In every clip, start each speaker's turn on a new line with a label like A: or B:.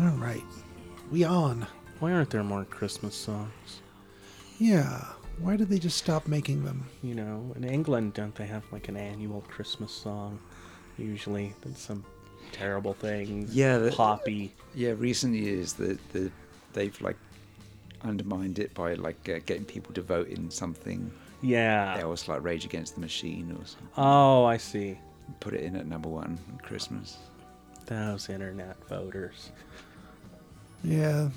A: All right, we on.
B: Why aren't there more Christmas songs?
A: Yeah, why did they just stop making them?
B: You know, in England, don't they have like an annual Christmas song? Usually, that's some terrible thing.
C: Yeah, that-
B: poppy.
C: Yeah, recent years the, the they've like undermined it by like uh, getting people to vote in something
B: Yeah.
C: else, like Rage Against the Machine or something.
B: Oh, I see.
C: Put it in at number one on Christmas.
B: Those internet voters.
A: Yeah,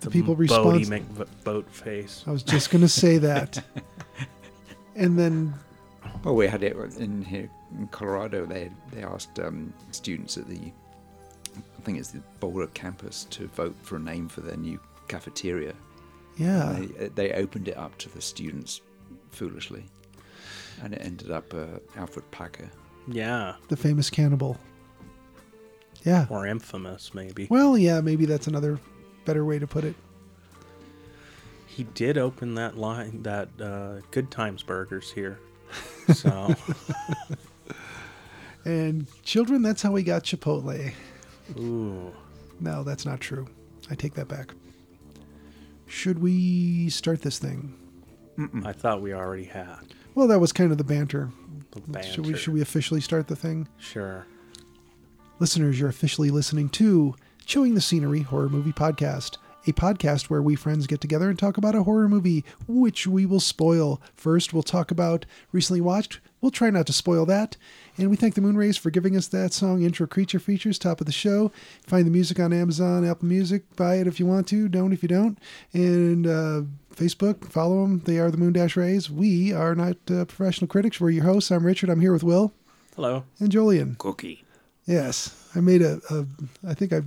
A: the, people Oh.
B: Bodie
A: respond.
B: McBoat face.
A: I was just gonna say that, and then
C: Well, we had it in here in Colorado. They they asked um, students at the I think it's the Boulder campus to vote for a name for their new cafeteria.
A: yeah,
C: They, they opened it up to the students foolishly, and it ended up uh, Alfred Packer.
B: Yeah.
A: the famous cannibal. Yeah.
B: Or infamous, maybe.
A: Well, yeah, maybe that's another better way to put it.
B: He did open that line, that uh, Good Times Burgers here. So,
A: And children, that's how we got Chipotle.
B: ooh.
A: No, that's not true. I take that back. Should we start this thing?
B: I thought we already had
A: Well, that was kind of the banter.
B: the banter.
A: Should we should we officially start the thing?
B: Sure.
A: Listeners, you're officially listening to Chewing the Scenery Horror Movie Podcast, a podcast where we friends get together and talk about a horror movie, which we will spoil. First, we'll talk about recently watched. We'll try not to spoil that. And we thank the Moonrays for giving us that song, Intro Creature Features, top of the show. Find the music on Amazon, Apple Music. Buy it if you want to, don't if you don't. And uh, Facebook, follow them. They are the Moon Dash Rays. We are not uh, professional critics. We're your hosts. I'm Richard. I'm here with Will
B: Hello.
A: and Jolien.
C: Cookie.
A: Yes, I made a. a I think I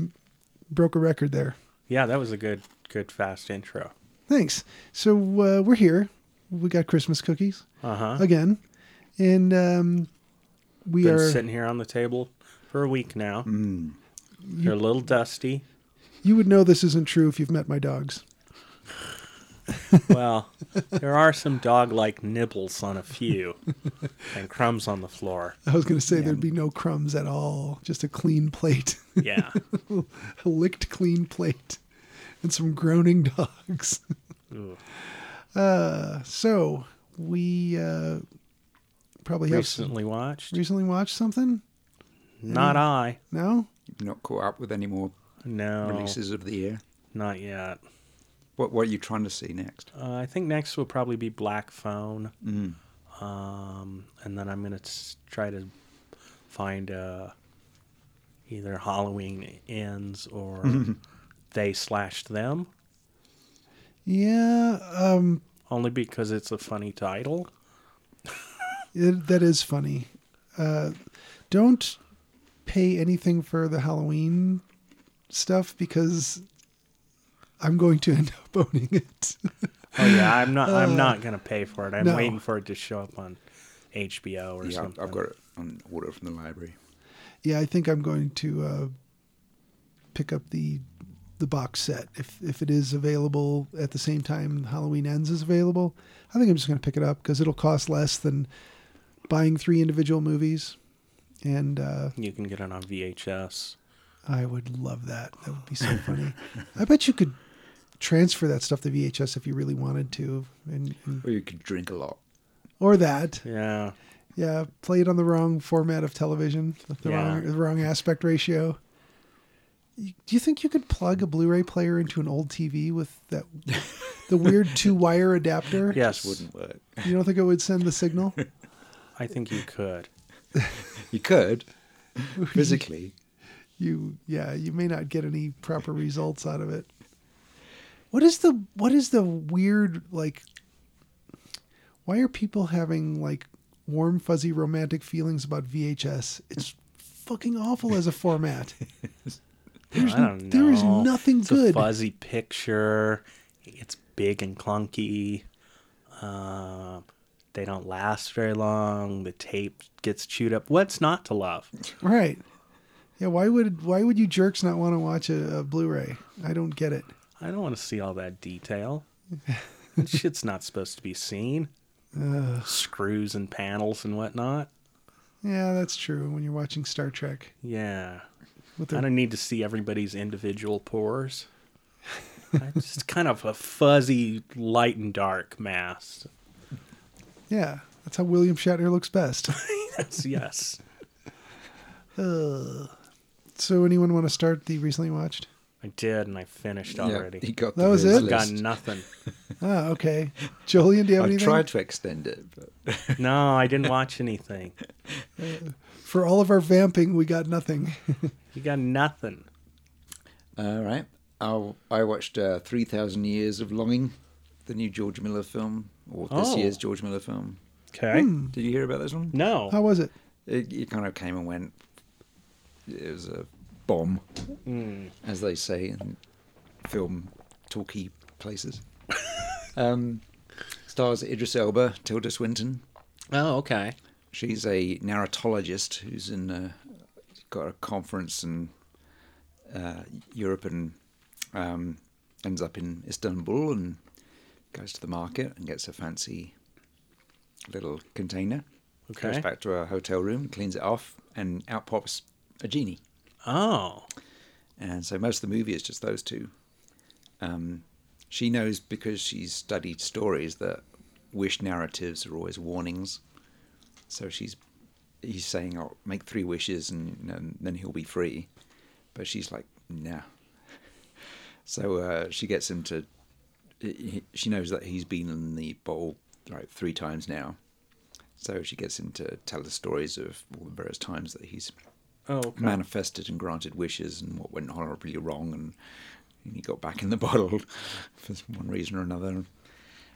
A: broke a record there.
B: Yeah, that was a good, good fast intro.
A: Thanks. So uh, we're here. We got Christmas cookies
B: Uh huh.
A: again, and um, we
B: Been
A: are.
B: sitting here on the table for a week now. They're a little dusty.
A: You would know this isn't true if you've met my dogs.
B: Well, there are some dog-like nibbles on a few, and crumbs on the floor.
A: I was going to say there'd be no crumbs at all, just a clean plate,
B: Yeah.
A: a licked clean plate, and some groaning dogs.
B: Ooh.
A: Uh, so we uh, probably have some-
B: Recently watched.
A: recently watched something.
B: Not I.
A: No,
C: Not caught up with any more
B: No.
C: releases of the year.
B: Not yet.
C: What what are you trying to see next?
B: Uh, I think next will probably be Black Phone. Um, and then I'm going to try to find uh, either Halloween Ends or They Slashed Them,
A: yeah. Um,
B: only because it's a funny title.
A: It, that is funny. Uh, don't pay anything for the Halloween stuff because I'm going to end up owning it.
B: Oh yeah, I'm not. I'm not going to pay for it. I'm
A: no.
B: waiting for it to show up on HBO or
C: Yeah, I've,
B: something.
C: I've got it on order from the library.
A: yeah, I think I'm going to uh, pick up the the box set if if it is available at the same time Halloween Ends is available. I think I'm just going to pick it up because it'll cost less than buying three individual movies, and uh,
B: You can get it on VHS.
A: I would love that. That would be so funny. I bet you could transfer that stuff to VHS if you really wanted to, and, and
C: Or you could drink a lot.
A: or that.
B: Yeah.
A: Yeah, play it on the wrong format of television, the
B: Yeah.
A: wrong the wrong aspect ratio. You- Do you think you could plug a Blu-ray player into an old TV with that the weird two-wire adapter?
B: Yes.
C: Wouldn't work.
A: You don't think it would send the signal?
B: I think you could.
C: you could physically.
A: you yeah you may not get any proper results out of it what is the what is the weird like why are people having like warm fuzzy romantic feelings about vhs it's fucking awful as a format there's,
B: I don't know.
A: there is nothing
B: it's
A: good
B: A fuzzy picture. It's big and clunky. Um, they don't last very long. The tape gets chewed up. What's not to love?
A: right yeah why would why would you jerks not want to watch a, a blu-ray i don't get it
B: I don't want to see all that detail. That Shit's not supposed to be seen. Screws and panels and whatnot.
A: yeah that's true when you're watching star trek
B: Yeah.
A: with
B: I
A: their
B: don't need to see everybody's individual pores. It's just kind of a fuzzy light and dark mass.
A: yeah that's how william shatner looks best
B: Yes, yes.
A: so anyone want to start the recently watched
B: I did, and I finished
C: Yeah, he
B: already.
C: got
A: That
C: the
A: was
C: his
A: it?
B: I've got
C: list.
B: nothing.
A: Ah, okay. Jolien, do you have
C: I
A: anything?
C: tried to extend it, but
B: No, I didn't watch anything.
A: For all of our vamping, we got nothing.
B: You got nothing.
C: all right. I'll, I watched uh, Three Thousand Years of Longing, the new George Miller film, or this
B: Oh.
C: year's George Miller film.
B: Okay.
C: Did you hear about this one?
B: No.
A: How was it?
C: It, it kind of came and went. It was a bomb, as they say in film talky places. um, stars Idris Elba, Tilda Swinton.
B: Oh, okay.
C: She's a narratologist who's in a, got a conference in uh, Europe and um, ends up in Istanbul and goes to the market and gets a fancy little container. Goes
B: Okay.
C: back to her hotel room, cleans it off, and out pops a genie.
B: Oh.
C: And so most of the movie is just those two. Um, she knows because she's studied stories that wish narratives are always warnings. So she's he's saying, "I'll make three wishes and, and then he'll be free," but she's like, "Nah." So uh, she gets him to. he- She knows that he's been in the bowl like three times now, so she gets him to tell the stories of all the various times that he's
B: Oh, okay.
C: manifested and granted wishes and what went horribly wrong and, and he got back in the bottle for one reason or another.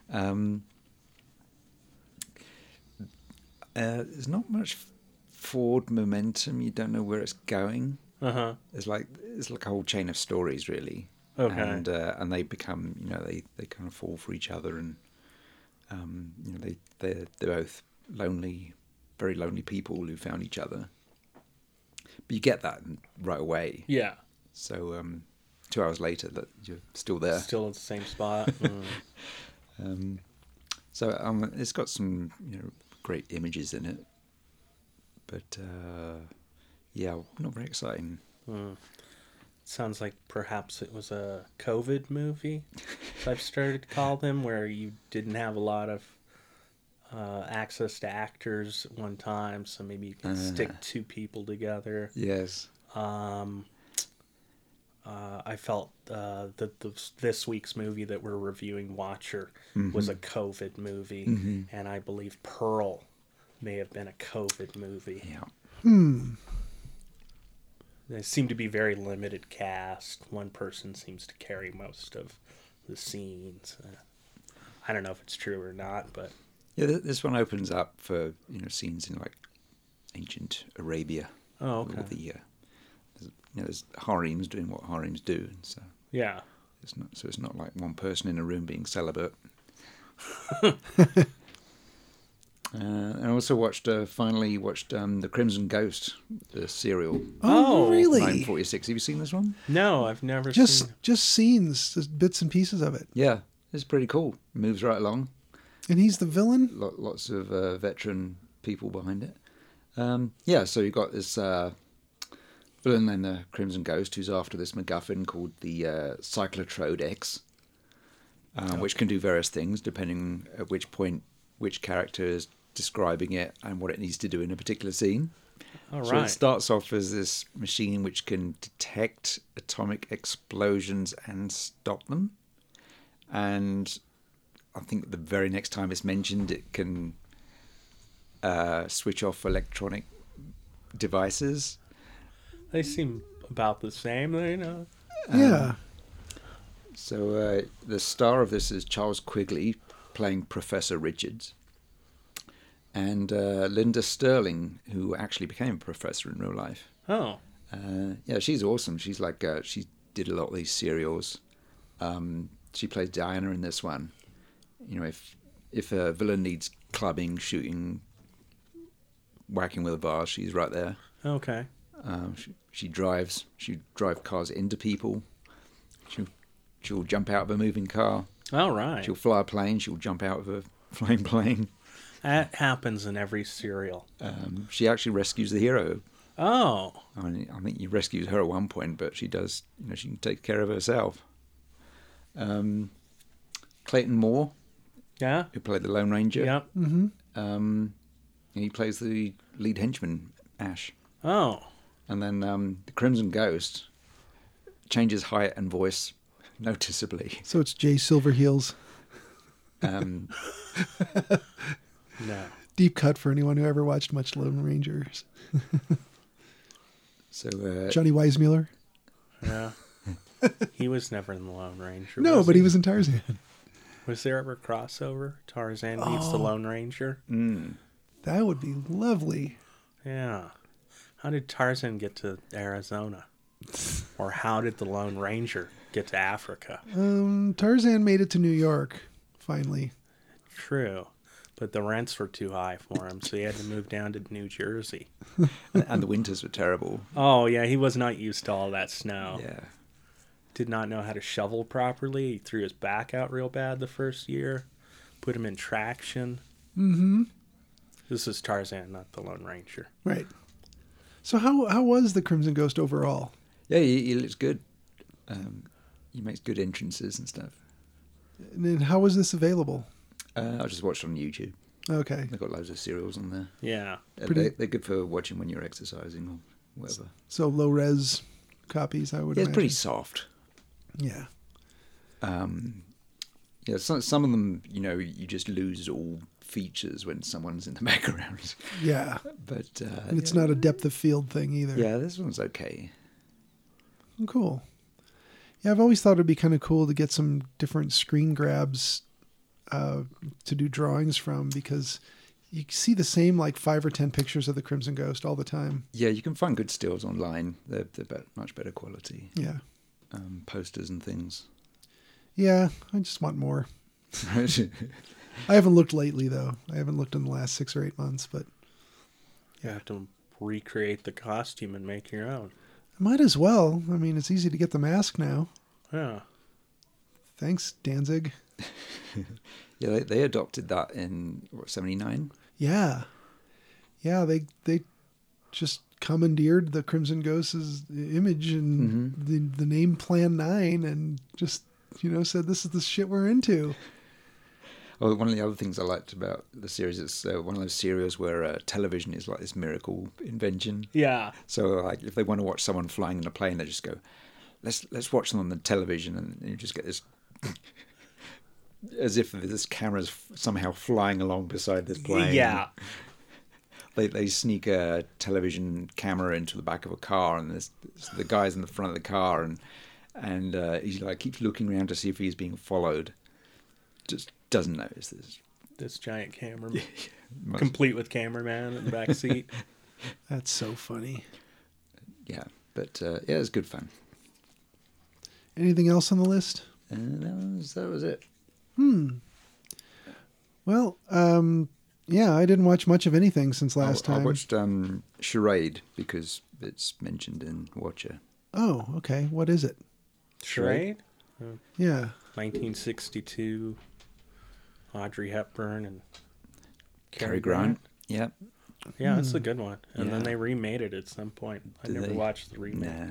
C: Um, uh, there's not much forward momentum. You don't know where it's going.
B: Uh huh.
C: It's like it's like a whole chain of stories, really.
B: Okay.
C: And uh, and they become, you know, they, they kind of fall for each other, and um, you know, they they they're both lonely, very lonely people who found each other. But you get that right away.
B: Yeah.
C: So um, two hours later, that you're still there.
B: Still at the same spot. Mm.
C: Um, so um, it's got some you know great images in it, but uh, yeah, not very exciting.
B: Sounds like perhaps it was a COVID movie. So I've started to call them where you didn't have a lot of uh, access to actors at one time, so maybe you can stick two people together.
C: Yes.
B: Um, uh, I felt uh, that the, this week's movie that we're reviewing, Watcher, was a COVID movie, and I believe Pearl may have been a COVID movie.
C: Yeah.
B: They seem to be very limited cast. One person seems to carry most of the scenes. Uh, I don't know if it's true or not, but
C: Yeah, th- this one opens up for you know scenes in like ancient Arabia.
B: Oh,
C: with All
B: okay.
C: the uh, there's, you know, there's harems doing what harems do, and so
B: yeah.
C: it's not so it's not like one person in a room being celibate. uh, and I also watched uh, finally watched um, the Crimson Ghost, the serial.
A: Oh,
B: Oh,
A: really?
C: 946. Have you seen this one?
B: No, I've never
A: Just
B: seen.
A: just scenes, just bits and pieces of it.
C: Yeah, it's pretty cool. Moves right along.
A: And he's the villain.
C: Lo- lots of uh, veteran people behind it. Um, yeah, so you've got this uh, villain named the Crimson Ghost who's after this MacGuffin called the uh, Cyclotrode X, um, which can do various things depending at which point which character is describing it and what it needs to do in a particular scene.
B: All
C: So it
B: right.
C: starts off as this machine which can detect atomic explosions and stop them. And I think the very next time it's mentioned, it can uh, switch off electronic devices.
B: They seem about the same, you know.
C: Uh,
A: yeah.
C: So uh, the star of this is Charles Quigley playing Professor Richards, and uh, Linda Sterling, who actually became a professor in real life.
B: Oh,
C: Uh, yeah, she's awesome. She's like uh, she did a lot of these serials. Um, she plays Diana in this one. You know, if if a villain needs clubbing, shooting, whacking with a vase, she's right there.
B: okay.
C: Um, she, she drives. She drive cars into people. She'll she'll jump out of a moving car.
B: All right.
C: She'll fly a plane. She'll jump out of a flying plane.
B: That happens in every serial.
C: Um, she actually rescues the hero.
B: Oh,
C: I, mean, I think you rescued her at one point, but she does. You know, she can take care of herself. Um, Clayton Moore,
B: yeah,
C: who played the Lone Ranger,
B: yep.
C: um, he plays the lead henchman Ash,
B: Oh,
C: and then um, the Crimson Ghost changes height and voice noticeably.
A: So it's Jay Silverheels.
C: Um,
B: no.
A: Deep cut for anyone who ever watched much Lone Rangers.
C: so uh,
A: Johnny Weissmuller?
B: Yeah. he was never in the Lone Ranger.
A: No,
B: was
A: but he was in Tarzan.
B: Was there ever a crossover? Tarzan meets the Lone Ranger?
A: That would be lovely.
B: Yeah. How did Tarzan get to Arizona? or how did the Lone Ranger get to Africa?
A: Um, Tarzan made it to New York, finally.
B: True. But the rents were too high for him, so he had to move down to New Jersey.
C: and the winters were terrible.
B: Oh, yeah, he was not used to all that snow.
C: Yeah,
B: Did not know how to shovel properly. He threw his back out real bad the first year, put him in traction. Mm hmm. This is Tarzan, not the Lone Ranger.
A: Right. So how how was the Crimson Ghost overall?
C: yeah, he, he looks good. Um, he makes good entrances and stuff.
A: And then how was this available?
C: Uh, I just watched on YouTube.
A: Okay.
C: They've got loads of cereals on there.
B: Yeah.
C: Uh,
A: Pretty-
C: They, they're good for watching when you're exercising or whatever.
A: So low res copies, I would
C: Yeah, it's pretty
A: imagine.
C: soft.
A: Yeah.
C: Um, yeah, some, some of them, you know, you just lose all features when someone's in the background.
A: Yeah.
C: But uh,
A: And it's
C: yeah.
A: not a depth of field thing either. Oh,
C: Yeah, this one's okay.
A: Cool. Yeah, I've always thought it'd be kind of cool to get some different screen grabs uh, to do drawings from because you see the same like five or ten pictures of the Crimson Ghost all the time.
C: Yeah, you can find good stills online. They're, they're bet- much better quality.
A: Yeah.
C: Um, posters and things.
A: Yeah, I just want more.
C: yeah,
A: I haven't looked lately though. I haven't looked in the last six or eight months, but
B: You have to recreate the costume and make your own.
A: I might as well. I mean, it's easy to get the mask now.
B: Yeah.
A: Thanks, Danzig.
C: they, they adopted that in, what, 79?
A: Yeah. Yeah, they they just commandeered the Crimson Ghost's image and the the name Plan 9 and just you know said this is the shit we're into.
C: Oh, one of the other things I liked about the series is uh, one of those serials where uh, television is like this miracle invention.
B: Yeah.
C: So, like, if they want to watch someone flying in a plane, they just go, "Let's let's watch them on the television," and you just get this, as if this camera's f- somehow flying along beside this plane.
B: Yeah.
C: They they sneak a television camera into the back of a car, and this the guy's in the front of the car, and and uh, he like keeps looking around to see if he's being followed. Just doesn't notice this.
B: This giant camera,
C: Must-
B: complete with cameraman in the back seat.
A: That's so funny.
C: yeah, but uh, yeah, it's good fun.
A: Anything else on the list?
C: And that was that was it.
A: Well, um yeah, I didn't watch much of anything since
C: I-
A: last
C: I,
A: time.
C: watched um, Charade because it's mentioned in Watcher.
A: Oh, okay. What is it?
B: Charade?
A: Yeah.
B: 1962. Audrey Hepburn and
C: Cary Grant. Yeah.
B: Yeah, that's a good one. And then
C: Yeah.
B: they remade it at some point. I
C: Did
B: never
C: they?
B: watched the remake.
C: Nah.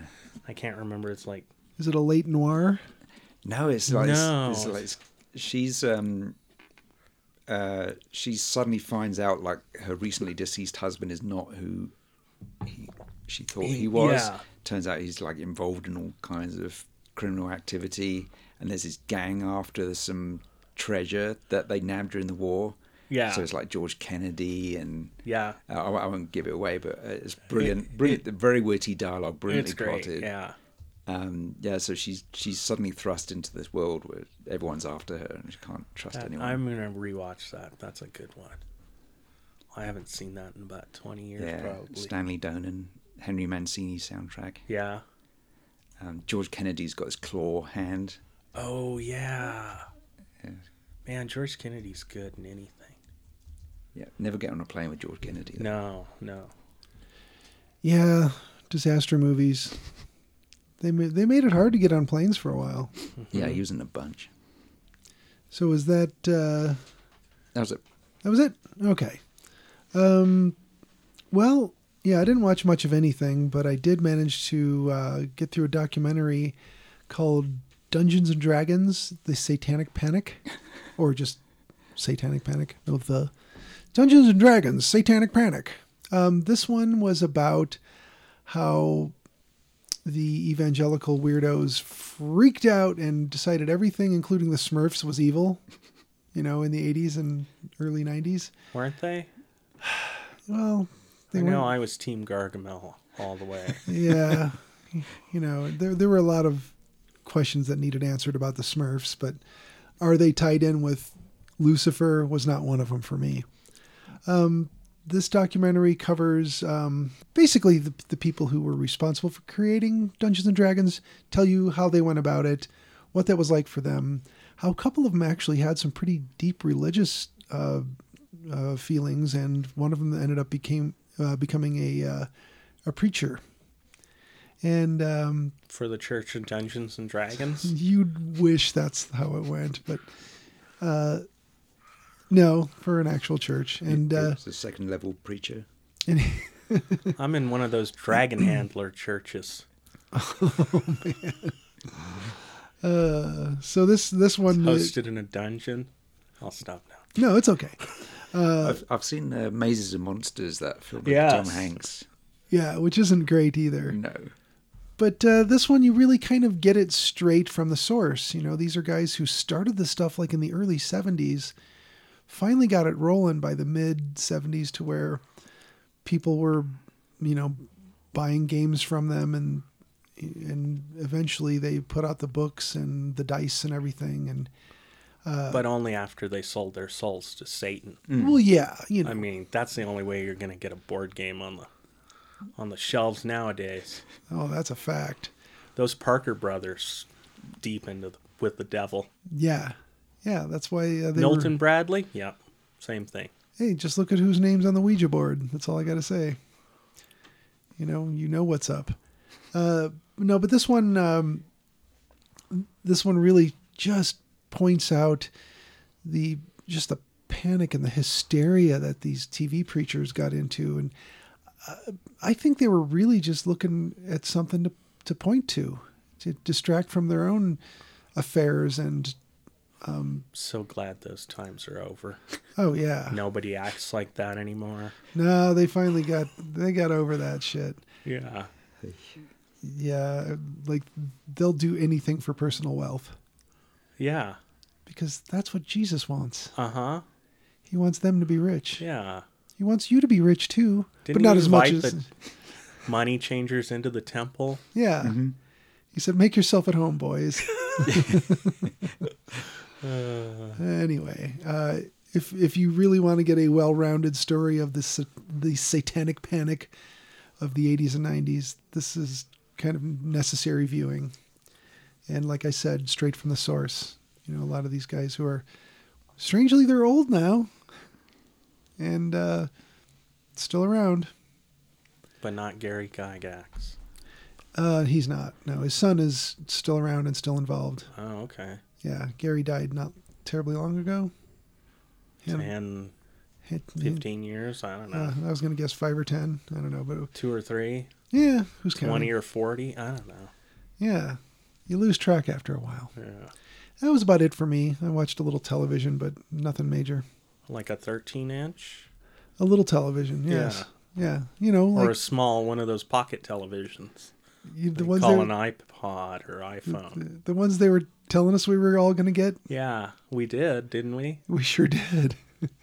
B: I can't remember. It's like,
A: Is it a late noir?
C: No, it's like,
B: No.
C: it's, like she's um, uh, she suddenly finds out like her recently deceased husband is not who he, she thought he was.
B: Yeah.
C: Turns out he's like involved in all kinds of criminal activity, and there's his gang after some treasure that they nabbed during the war,
B: Yeah.
C: So it's like George Kennedy and
B: yeah.
C: uh, I, I won't give it away, but uh, it's brilliant, brilliant, very witty dialogue, brilliantly
B: It's great.
C: plotted.
B: Yeah.
C: Um, yeah, so she's she's suddenly thrust into this world where everyone's after her and she can't trust
B: That-
C: anyone.
B: Uh, I'm gonna rewatch that. That's a good one. I haven't seen that in about 20 years,
C: yeah,
B: probably.
C: Stanley Donen, Henry Mancini soundtrack.
B: yeah.
C: Um, George Kennedy's got his claw hand.
B: Oh yeah.
C: Yeah.
B: Man, George Kennedy's good in anything.
C: Yeah, never get on a plane with George Kennedy. though.
B: No, no.
A: Yeah, disaster movies. They ma- they made it hard to get on planes for a while.
C: Yeah,
B: Mm-hmm.
C: he was in a bunch.
A: So was that uh,
C: That was it.
A: that was it? Okay. Um, well, yeah, I didn't watch much of anything, but I did manage to uh, get through a documentary called Dungeons and Dragons: The Satanic Panic, or just Satanic Panic. No, the Dungeons and Dragons: Satanic Panic. Um, this one was about how the evangelical weirdos freaked out and decided everything, including the Smurfs, was evil. You know, in the '80s and early '90s.
B: Weren't they?
A: Well, they
B: I
A: were
B: know
A: not
B: I was Team Gargamel all the way.
A: yeah, you know, there there were a lot of questions that needed answered about the Smurfs, but are they tied in with Lucifer? Was not one of them for me. Um, this documentary covers um, basically the, the people who were responsible for creating Dungeons and Dragons, tell you how they went about it, what that was like for them, how a couple of them actually had some pretty deep religious uh, uh, feelings, and one of them ended up became uh, becoming a uh, a preacher. And um,
B: For the Church of Dungeons and Dragons.
A: you'd wish that's how it went, but uh, no, for an actual church. And
C: He
A: uh,
C: was a second level preacher.
A: and
B: I'm in one of those dragon handler churches.
A: uh, so this this one,
B: Hosted in a dungeon. I'll stop now.
A: no, it's okay.
C: I've, I've seen uh, Mazes and Monsters, that film with
B: Yes.
C: Tom Hanks.
A: Yeah, which isn't great either.
C: No.
A: But uh, this one, you really kind of get it straight from the source. You know, these are guys who started this stuff like in the early 70s, finally got it rolling by the mid 70s to where people were, you know, buying games from them and and eventually they put out the books and the dice and everything and
B: but only after they sold their souls to Satan.
A: well yeah you know
B: Hmm. I mean, that's the only way you're going to get a board game on the on the shelves nowadays.
A: oh that's a fact
B: Those Parker brothers deep into the, with the devil.
A: yeah yeah that's why uh, they
B: Milton Bradley? Yep. Same thing.
A: were, hey just look at whose name's on the ouija board that's all i gotta say you know you know what's up uh no but this one um this one really just points out the just the panic and the hysteria that these tv preachers got into and uh, i think they were really just looking at something to, to point to to distract from their own affairs and
B: So glad those times are over.
A: oh yeah
B: Nobody acts like that anymore.
A: No, they finally got they got over that shit.
B: Yeah.
A: Yeah, like they'll do anything for personal wealth
B: Yeah.
A: because that's what Jesus wants.
B: Uh huh.
A: He wants them to be rich.
B: Yeah.
A: He wants you to be rich too, but
B: Didn't
A: not
B: he
A: as much as
B: invite Money changers into the temple.
A: yeah. He said, "Make yourself at home, boys." anyway, uh, if if you really want to get a well-rounded story of the sa- the satanic panic of the 80s and 90s, this is kind of necessary viewing. And like I said, straight from the source. You know, a lot of these guys who are strangely they're old now and uh, still around.
B: But not Gary Gygax.
A: Uh, he's not. No, his son is still around and still involved.
B: Oh, okay.
A: Yeah, Gary died not terribly long ago. Him-
B: 10,
A: him-
B: 15 years? I don't know.
A: Uh, I was gonna guess five or ten. I don't know, but
B: Two or three?
A: yeah, who's
B: 20
A: counting?
B: or 40? I don't know.
A: Yeah, you lose track after a while.
B: Yeah.
A: That was about it for me. I watched a little television, but nothing major.
B: Like a 13 inch?
A: A little television, yes. Yeah, you know,
B: or
A: like
B: a small one of those pocket televisions.
A: you, the
B: They
A: ones they,
B: call
A: were-
B: an iPod or iPhone.
A: the, the ones they were telling us we were all gonna get.
B: Yeah, we did, didn't we?
A: We sure did.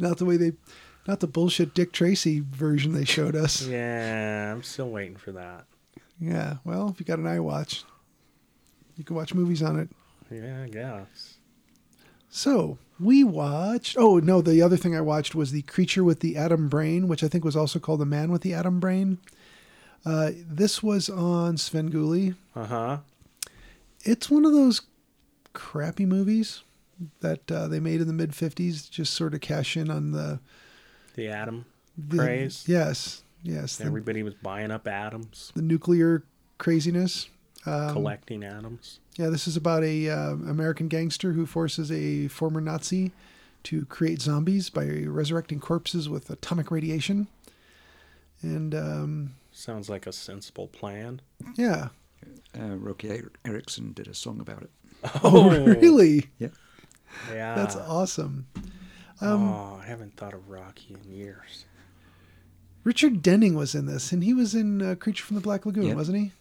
A: Not the way they, not the bullshit Dick Tracy version they showed us. Yeah.
B: Yeah, I'm still waiting for that.
A: well, if you got an iWatch, you can watch movies on it.
B: Yeah, I guess.
A: So we watched. Oh no, the other thing I watched was the Creature with the Atom Brain, which I think was also called the Man with the Atom Brain. Uh, this was on Svengoolie.
B: Uh huh.
A: It's one of those crappy movies that uh, they made in the mid '50s, just sort of cash in on the,
B: The Atom
A: the
B: craze.
A: Yes, yes, the,
B: Everybody was buying up atoms,
A: the nuclear craziness. Um,
B: collecting atoms.
A: Yeah, this is about a uh, American gangster who forces a former Nazi to create zombies by resurrecting corpses with atomic radiation. And um,
B: Sounds like a sensible plan.
A: yeah,
C: Uh, Rocky Er- Erickson did a song about it.
A: oh really?
C: Yeah.
B: Yeah.
A: That's awesome.
B: oh, I haven't thought of Rocky in years.
A: Richard Denning was in this, and he was in uh, Creature from the Black Lagoon,
C: Yeah. Mm-hmm.
A: wasn't he?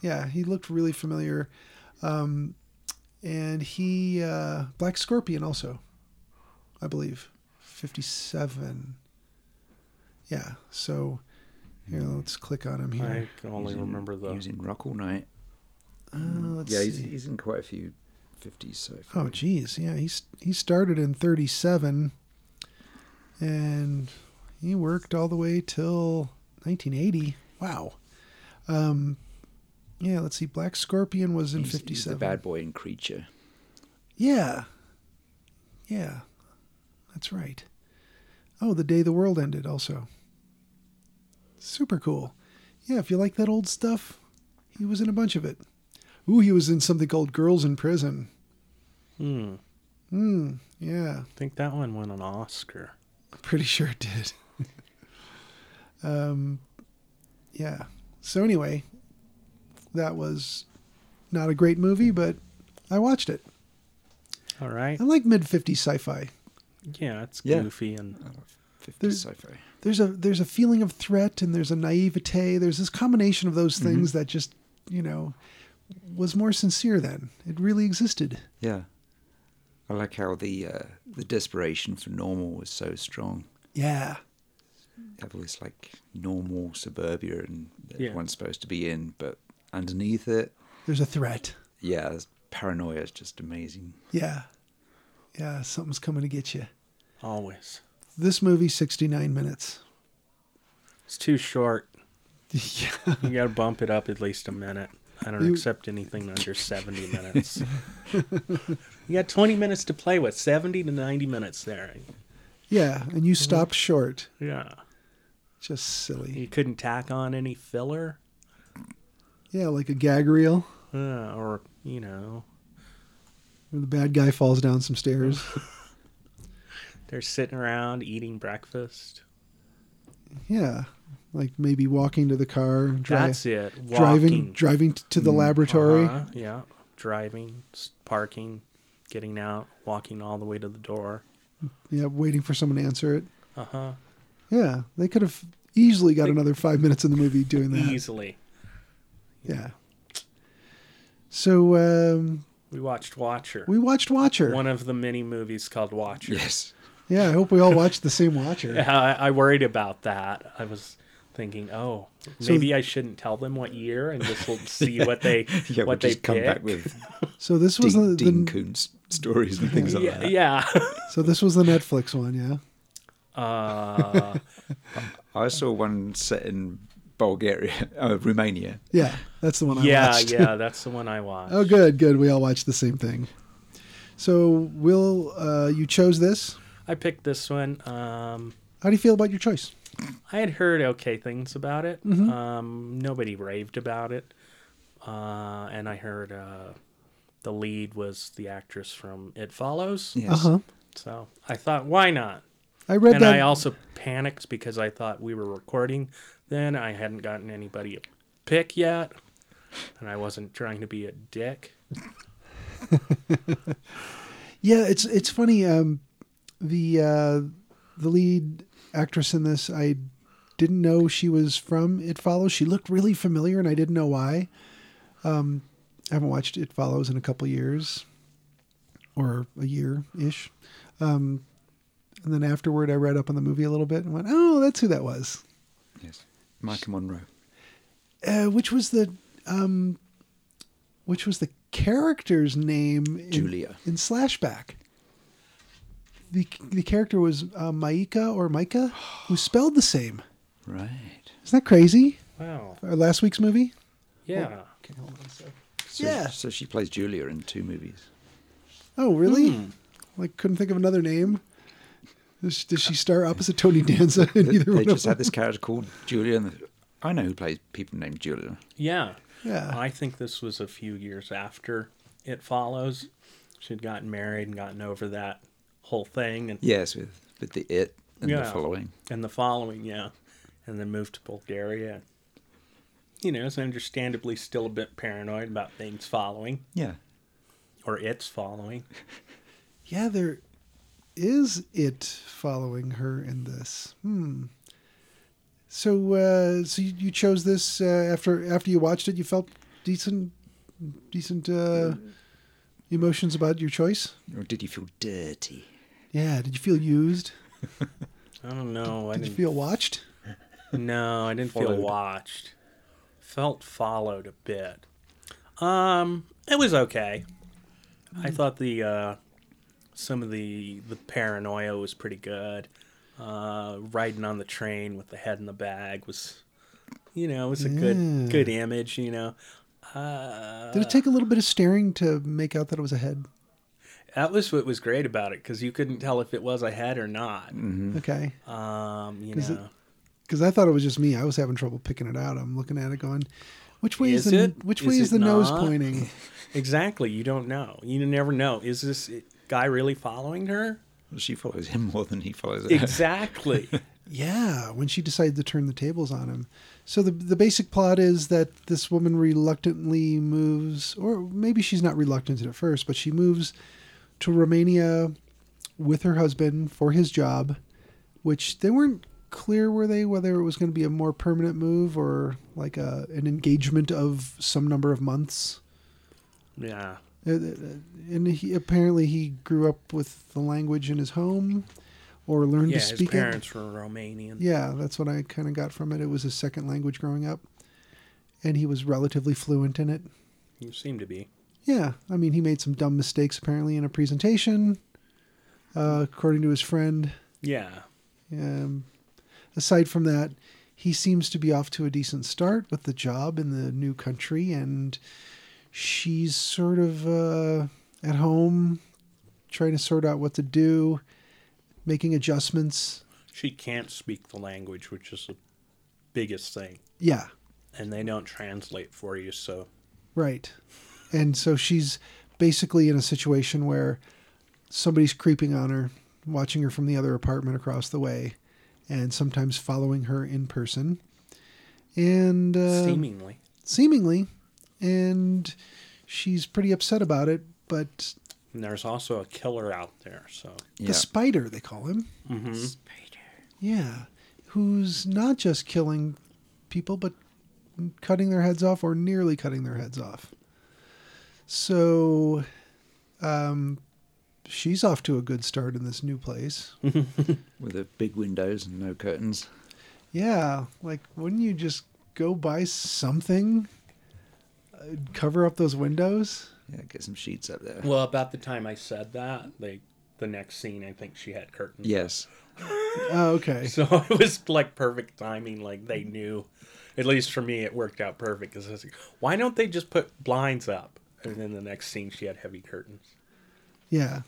A: Yeah, he looked really familiar. Um, and he uh, Black Scorpion also, I believe, fifty-seven. Yeah, so here let's click on him here.
B: I only
C: He's in-
B: remember the.
C: He was in Rock All Night.
A: Uh, let's
C: yeah, he's,
A: see.
C: he's in quite a few 50s so far.
A: Oh, geez, yeah, he's he started in thirty-seven, and he worked all the way till nineteen eighty. Wow. Um, yeah, let's see. Black Scorpion was in
C: He's- he's
A: fifty-seven.
C: the bad boy in Creature.
A: Yeah. Yeah. That's right. Oh, The Day the World Ended also. Super cool. Yeah, if you like that old stuff, he was in a bunch of it. Ooh, he was in something called Girls in Prison.
B: Hmm.
A: Hmm. Yeah,
B: I think that one won an Oscar.
A: I'm pretty sure it did. um, yeah. So anyway, that was not a great movie, but I watched it.
B: All right.
A: I like mid 50s sci-fi.
B: Yeah, it's
C: Yeah.
B: goofy and
C: I love 50s
A: There's-
C: sci-fi.
A: there's a there's a feeling of threat and there's a naivete. There's this combination of those things that just you know was more sincere then. It really existed.
C: Yeah. I like how the uh, the desperation for normal was so strong.
A: Yeah,
C: You have all this like normal suburbia and that
B: Yeah.
C: one's supposed to be in, but underneath it,
A: there's a threat.
C: yeah, this paranoia is just amazing.
A: Yeah, yeah, something's coming to get you.
B: always.
A: This movie, 69 minutes.
B: It's too short.
A: yeah,
B: You got to bump it up at least a minute. I don't
A: You-
B: accept anything under 70 minutes. you got 20 minutes to play with, 70 to 90 minutes there.
A: yeah, and you stopped short.
B: Yeah.
A: Just silly.
B: You couldn't tack on any filler
A: Yeah, like a gag reel
B: uh, or, you know,
A: where the bad guy falls down some stairs.
B: they're sitting around eating breakfast.
A: Yeah, like maybe walking to the car, dri-
B: That's it. Walking.
A: driving, driving t- to the laboratory.
B: Uh-huh, yeah. Driving, s- parking, getting out, walking all the way to the door.
A: Yeah, waiting for someone to answer it.
B: Uh huh.
A: Yeah, they could have easily got another five minutes in the movie doing that.
B: Easily.
A: Yeah. So um,
B: We watched Watcher.
A: we watched Watcher.
B: One of the many movies called Watcher.
C: Yes.
A: Yeah, I hope we all watched the same Watcher.
B: I, I worried about that. I was thinking, oh, maybe I shouldn't tell them what year and just will see what they
C: Yeah,
B: what
C: we'll
B: they
C: just come back
B: pick.
C: with
A: So this was
C: Dean,
A: the,
C: Dean
A: the
C: Koontz stories and things like
B: Yeah,
C: that.
B: yeah.
A: so this was the Netflix one. Yeah.
B: Uh,
C: I saw one set in Bulgaria, uh, Romania.
A: Yeah, that's the one I
B: yeah,
A: watched.
B: yeah. That's the one I watched.
A: Oh, good, good. We all watched the same thing. So, Will, uh, you chose this.
B: I picked this one. Um,
A: How do you feel about your choice?
B: I had heard okay things about it.
C: Mm-hmm.
B: Um, nobody raved about it, uh, and I heard uh, the lead was the actress from It Follows.
C: Yes.
A: Uh huh.
B: So I thought, why not?
A: I read
B: and
A: that.
B: I also panicked because I thought we were recording then. I hadn't gotten anybody a pick yet, and I wasn't trying to be a dick.
A: Yeah, it's it's funny. Um, the uh, the lead actress in this, I didn't know she was from It Follows. She looked really familiar, and I didn't know why. Um, I haven't watched It Follows in a couple years, or a year ish. Um, And then afterward, I read up on the movie a little bit and went, oh, that's who that was.
C: Yes. Michael Monroe.
A: Uh, which was the um, which was the character's name? In,
C: Julia.
A: in Slashback. The the character was uh, Maika or Micah, who spelled the same.
C: Right.
A: Isn't that crazy?
B: Wow.
A: Our last week's movie.
B: Yeah.
A: Okay, hold on a sec.
C: So,
A: Yeah.
C: So she plays Julia in two movies.
A: Oh, really?
C: Hmm.
A: Like, couldn't think of another name. Does, does she star opposite Tony Danza in
C: Uh, They,
A: either
C: they
A: one of
C: just had
A: them?
C: this character called Julia. And the, I know who plays people named Julia.
B: Yeah.
A: Yeah.
B: I think this was a few years after It Follows. She'd gotten married and gotten over that whole thing and
C: Yes, with, with the it and the
B: Yeah.
C: following.
B: and the following, yeah. And then moved to Bulgaria. You know, is understandably still a bit paranoid about things following
C: Yeah.
B: or its following.
A: Yeah, there is it following her in this. Hmm. So, uh, so you, you chose this uh, after after you watched it. You felt decent, decent uh, emotions about your choice.
C: Or did you feel dirty?
A: Yeah. Did you feel used?
B: I don't know. I
A: Did you
B: didn't
A: feel watched?
B: No, I didn't feel
C: Followed.
B: watched. Felt followed a bit. Um, it was okay.
A: Mm.
B: I thought the uh, some of the the paranoia was pretty good. Uh, riding on the train with the head in the bag was, you know, it was a
A: Yeah.
B: good good image. You know, uh,
A: Mm. Did it take a little bit of staring to make out that it was a head?
B: that was what was great about it because you couldn't tell if it was a head or not.
A: Okay.
B: Um, you
A: Mm-hmm. 'Cause it-
B: know,
A: because I thought it was just me. I was having trouble picking it out. I'm looking at it going, which way is,
B: Is
A: the
B: it?
A: which
B: Is
A: way is the
B: it
A: nose
B: not?
A: pointing?
B: exactly. You don't know. You never know. Is this guy really following her?
C: Well, she follows him more than he follows her.
B: Exactly.
A: yeah, when she decided to turn the tables on him. So the the basic plot is that this woman reluctantly moves, or maybe she's not reluctant at first, but she moves to Romania with her husband for his job, which they weren't clear were they whether it was going to be a more permanent move or like a an engagement of some number of months.
B: yeah.
A: Uh, uh, and he, apparently he grew up with the language in his home or learned
B: Yeah,
A: to
B: his
A: speak it.
B: parents were Romanian.
A: Yeah, that's what I kind of got from it. It was his second language growing up, and he was relatively fluent in it.
B: You seem to be.
A: Yeah, I mean, he made some dumb mistakes apparently in a presentation, uh, according to his friend.
B: Yeah.
A: Um, aside from that, he seems to be off to a decent start with the job in the new country, and she's sort of uh, at home trying to sort out what to do, making adjustments.
B: She can't speak the language, which is the biggest thing.
A: Yeah,
B: And they don't translate for you, so
A: right. And so she's basically in a situation where somebody's creeping on her, watching her from the other apartment across the way, and sometimes following her in person. And uh,
B: seemingly.
A: seemingly, and she's pretty upset about it. But
B: And there's also a killer out there, so Mm-hmm.
C: Yeah.
A: the spider, they call him, yeah, who's not just killing people, but cutting their heads off or nearly cutting their heads off. So, um, she's off to a good start in this new place.
C: With the big windows and no curtains.
A: Yeah, like wouldn't you just go buy something, uh, cover up those windows?
C: Yeah, get some sheets up there.
B: Well, about the time I said that, they the next scene I think she had curtains.
C: Yes.
A: Oh, okay.
B: So it was like perfect timing, like they knew. At least for me it worked out perfect because I was like, why don't they just put blinds up? And then the next scene she had heavy curtains.
A: Yeah.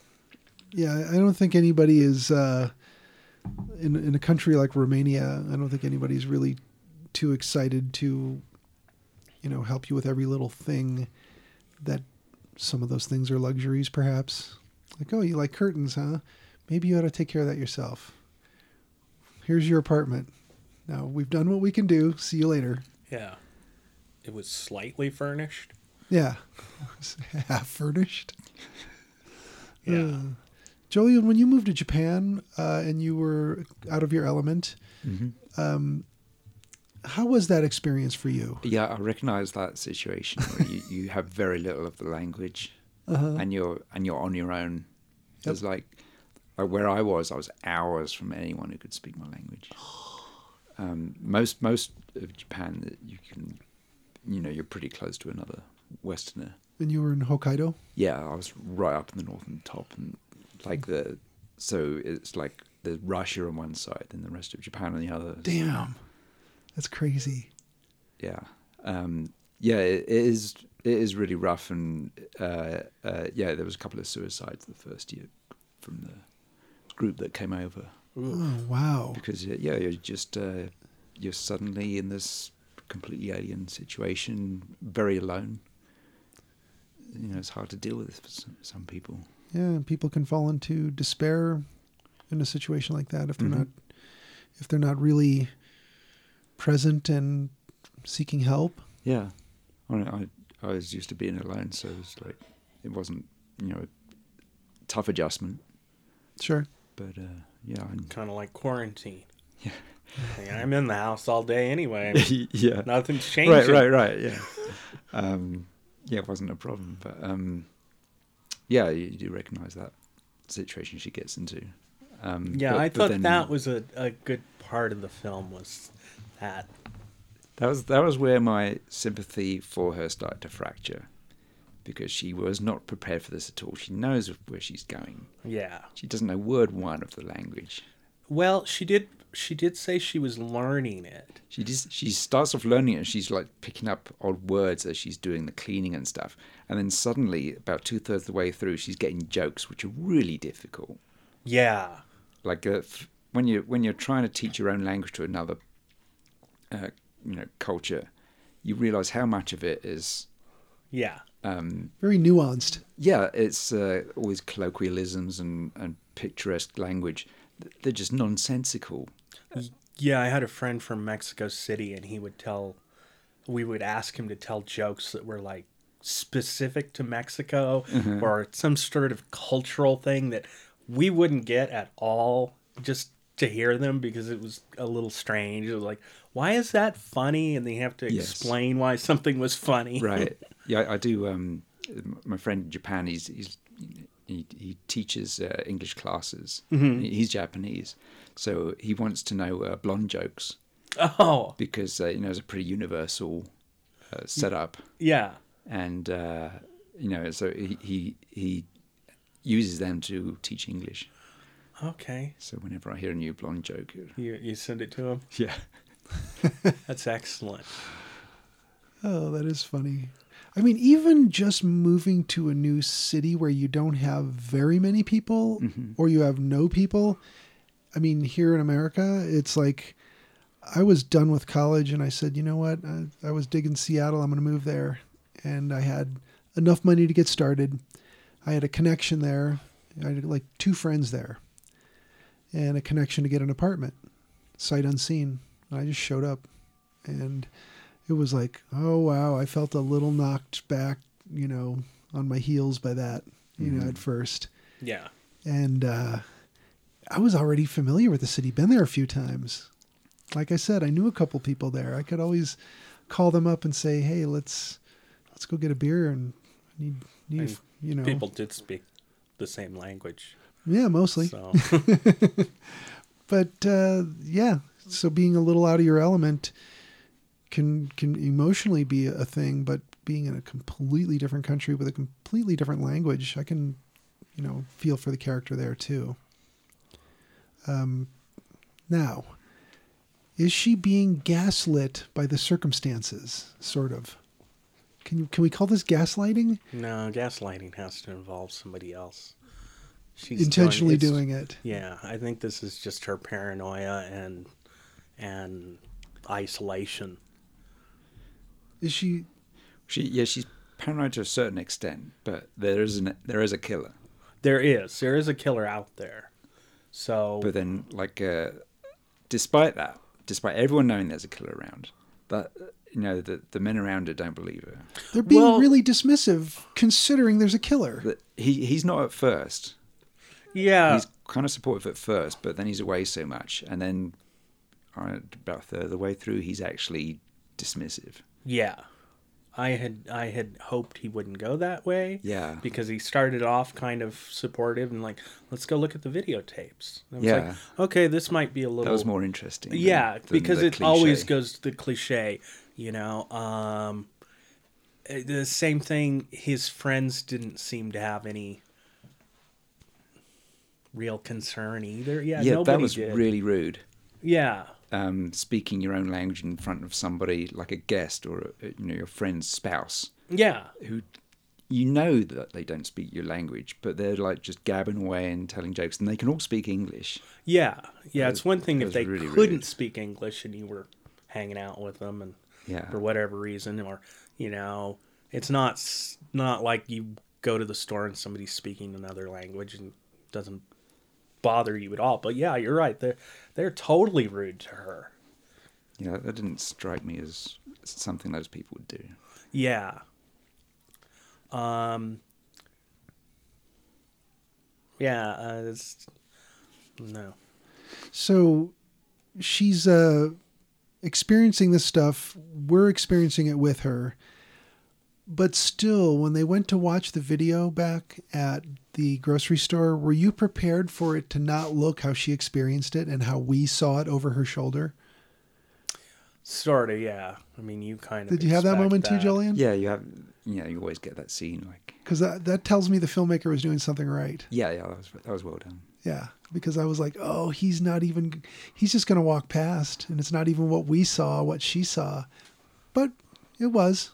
A: Yeah, I don't think anybody is uh, in in a country like Romania. I don't think anybody's really too excited to, you know, help you with every little thing. That some of those things are luxuries, perhaps. Like, oh, you like curtains, huh? Maybe you ought to take care of that yourself. Here's your apartment. Now we've done what we can do. See you later.
B: Yeah. It was slightly furnished.
A: Yeah, half furnished.
B: Yeah.
A: Uh, Julian, when you moved to Japan uh, and you were out of your element, Mm-hmm. um, how was that experience for you?
C: Yeah, I recognise that situation where you, you have very little of the language, and you're and you're on your own. There's like Like where I was, I was hours from anyone who could speak my language. Um, most most of Japan, that you can, you know, you're pretty close to another Westerner.
A: And you were in Hokkaido?
C: Yeah, I was right up in the northern top, and like the so it's like the Russia on one side, and the rest of Japan on the other.
A: Damn. That's crazy.
C: yeah um yeah it, it is it is really rough and uh, uh yeah there was a couple of suicides the first year from the group that came over
A: Oh, wow.
C: because uh, yeah you're just uh you're suddenly in this completely alien situation very alone you know it's hard to deal with for some, some people
A: Yeah, and people can fall into despair in a situation like that if they're not if they're not really present and seeking help.
C: yeah I, I i was used to being alone so it was like it wasn't you know a tough adjustment
A: Sure.
C: but uh yeah I'm-
B: Kind of like quarantine. Yeah. I'm in the house all day anyway. I mean,
C: yeah
B: Nothing's changing.
C: right, right, right. Yeah, um, yeah, it wasn't a problem, but um, yeah, you do recognise that situation she gets into. Um,
B: Yeah,
C: but-
B: I
C: but
B: thought
C: then-
B: that was a, a good part of the film was that.
C: that was that was where my sympathy for her started to fracture, because she was not prepared for this at all. She knows where she's going.
B: Yeah.
C: She doesn't know word one of the language.
B: Well, she did she did say she was learning it.
C: She just she starts off learning it. and She's like picking up odd words as she's doing the cleaning and stuff, and then suddenly, about two thirds of the way through, she's getting jokes which are really difficult.
B: Yeah.
C: like uh, f- when you when you're trying to teach your own language to another uh, you know culture you realize how much of it is
B: Yeah.
A: Very nuanced.
C: yeah it's uh, all these colloquialisms and, and picturesque language Th- they're just nonsensical
B: Yeah, I had a friend from Mexico City and he would tell we would ask him to tell jokes that were like specific to Mexico
C: Mm-hmm.
B: or some sort of cultural thing that we wouldn't get at all just to hear them because it was a little strange. It was like, why is that funny? And they have to
C: Yes.
B: explain why something was funny.
C: right yeah i do um my friend in japan he's he's he, he teaches uh, english classes he's japanese so he wants to know uh, blonde jokes
B: Oh,
C: because uh, you know it's a pretty universal uh, setup
B: yeah.
C: and uh, you know, so he, he he uses them to teach English.
B: Okay.
C: So whenever I hear a new blonde joke, it-
B: You, you send it to him?
C: yeah,
B: That's excellent.
A: Oh, that is funny. I mean, even just moving to a new city where you don't have very many people or you have no people. I mean, here in America, it's like I was done with college and I said, you know what? I, I was digging Seattle. I'm going to move there. And I had enough money to get started. I had a connection there. I had like two friends there and a connection to get an apartment, sight unseen. And I just showed up and it was like, oh wow, I felt a little knocked back, you know, on my heels by that, you know,
B: Mm-hmm.
A: at first.
B: Yeah.
A: And uh, I was already familiar with the city, been there a few times. Like I said, I knew a couple people there. I could always call them up and say, hey, let's let's go get a beer and I need need a f- you know
B: People did speak the same language.
A: yeah mostly.
B: So,
A: But uh, yeah, so being a little out of your element can can emotionally be a thing, but being in a completely different country with a completely different language, I can, you know, feel for the character there too. Um, now, is she being gaslit by the circumstances? Sort of. Can you can we call this gaslighting?
B: no, gaslighting has to involve somebody else. She's
A: Intentionally
B: it's-
A: doing it.
B: Yeah, I think this is just her paranoia and and isolation.
A: Is she?
C: she yeah she's paranoid to a certain extent, but there is an there is a killer.
B: There is there is a killer out there. So
C: But then like, uh, despite that, despite everyone knowing there's a killer around, that you know the the men around her don't believe her.
A: They're being
B: Well-
A: really dismissive, considering there's a killer.
C: That he he's not at first.
B: yeah,
C: he's kind of supportive at first, but then he's away so much, and then uh, about a third of the way through, he's actually dismissive.
B: yeah. I had I had hoped he wouldn't go that way.
C: Yeah.
B: Because he started off kind of supportive and like, let's go look at the videotapes. And I was
C: Yeah.
B: like, okay, this might be a little
C: That was more interesting. than-
B: yeah,
C: than
B: because
C: the
B: it always
C: cliche.
B: goes to the cliche, you know. Um, eh, the same thing. His friends didn't seem to have any real concern either. Yeah,
C: Yeah,
B: nobody
C: that was
B: did.
C: really rude.
B: yeah,
C: Um, speaking your own language in front of somebody like a guest or a, you know your friend's spouse,
B: yeah,
C: who you know that they don't speak your language, but they're like just gabbing away and telling jokes, and they can all speak English.
B: yeah, yeah. It's one thing
C: that
B: if
C: was
B: they
C: really
B: couldn't
C: rude.
B: speak English and you were hanging out with them and
C: Yeah.
B: for whatever reason, or you know, it's not s- not like you go to the store and somebody's speaking another language and doesn't bother you at all. But yeah, you're right. They're they're totally rude to her.
C: Yeah, that didn't strike me as something those people would do.
B: Yeah. Um. Yeah. Uh, it's, no.
A: So she's uh, experiencing this stuff. We're experiencing it with her. But still, when they went to watch the video back at the grocery store, were you prepared for it to not look how she experienced it and how we saw it over her shoulder?
B: Sort of. Yeah. I mean, you kind of
A: Did you have that
B: expect
A: moment too, Jillian?
C: Yeah, you have. Yeah, you always get that scene. Like,
A: Because that, that tells me the filmmaker was doing something right.
C: yeah, yeah, that was that was well done.
A: Yeah. Because I was like, oh, he's not even, he's just going to walk past. And it's not even what we saw, what she saw. But it was.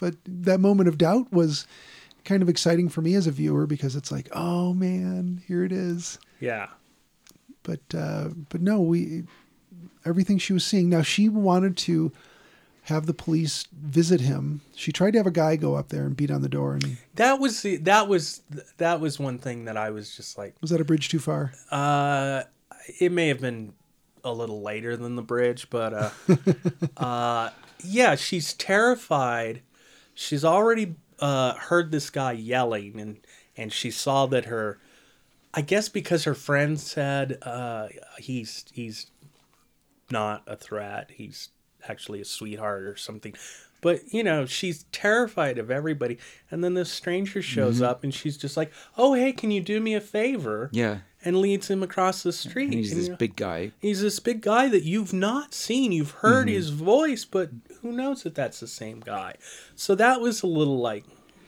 A: But that moment of doubt was kind of exciting for me as a viewer because it's like, oh man, here it is.
B: Yeah.
A: But, uh, but no, we, everything she was seeing. Now she wanted to have the police visit him. She tried to have a guy go up there and beat on the door. And
B: That was the that was that was one thing that I was just like.
A: was that a bridge too far?
B: Uh, it may have been a little later than the bridge, but uh, uh, yeah, she's terrified. She's already uh, heard this guy yelling, and and she saw that her, I guess because her friend said uh, he's he's not a threat. He's actually a sweetheart or something. But you know, she's terrified of everybody. And then this stranger shows up, and she's just like, "Oh, hey, can you do me a favor?"
C: Yeah,
B: and leads him across the street.
C: and he's
B: and
C: this
B: you're-
C: big guy.
B: he's this big guy that you've not seen. You've heard
C: Mm-hmm.
B: his voice, but who knows if that's the same guy? So that was a little like,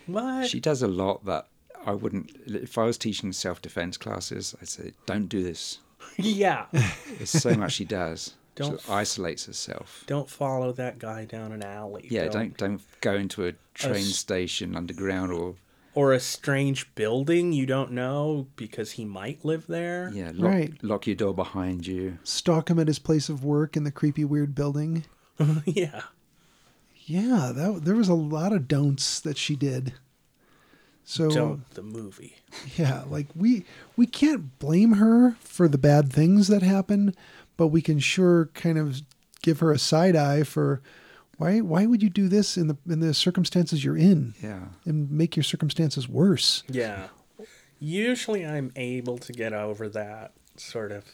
B: what?
C: She does a lot that I wouldn't. If I was teaching self defense classes, I'd say, "Don't do this."
B: yeah.
C: There's so much she does.
B: Don't-
C: She isolates herself.
B: don't follow that guy down an alley.
C: Yeah, don't don't go into a train station underground or
B: Or a strange building you don't know because he might live there.
C: yeah, lock,
A: Right.
C: lock your door behind you.
A: Stalk him at his place of work in the creepy, weird building.
B: yeah.
A: Yeah, that there was a lot of don'ts that she did. So
B: Don't the movie.
A: yeah, like we we can't blame her for the bad things that happen, but we can sure kind of give her a side eye for why why would you do this in the in the circumstances you're in
C: Yeah,
A: and make your circumstances worse.
B: Yeah. Usually I'm able to get over that sort of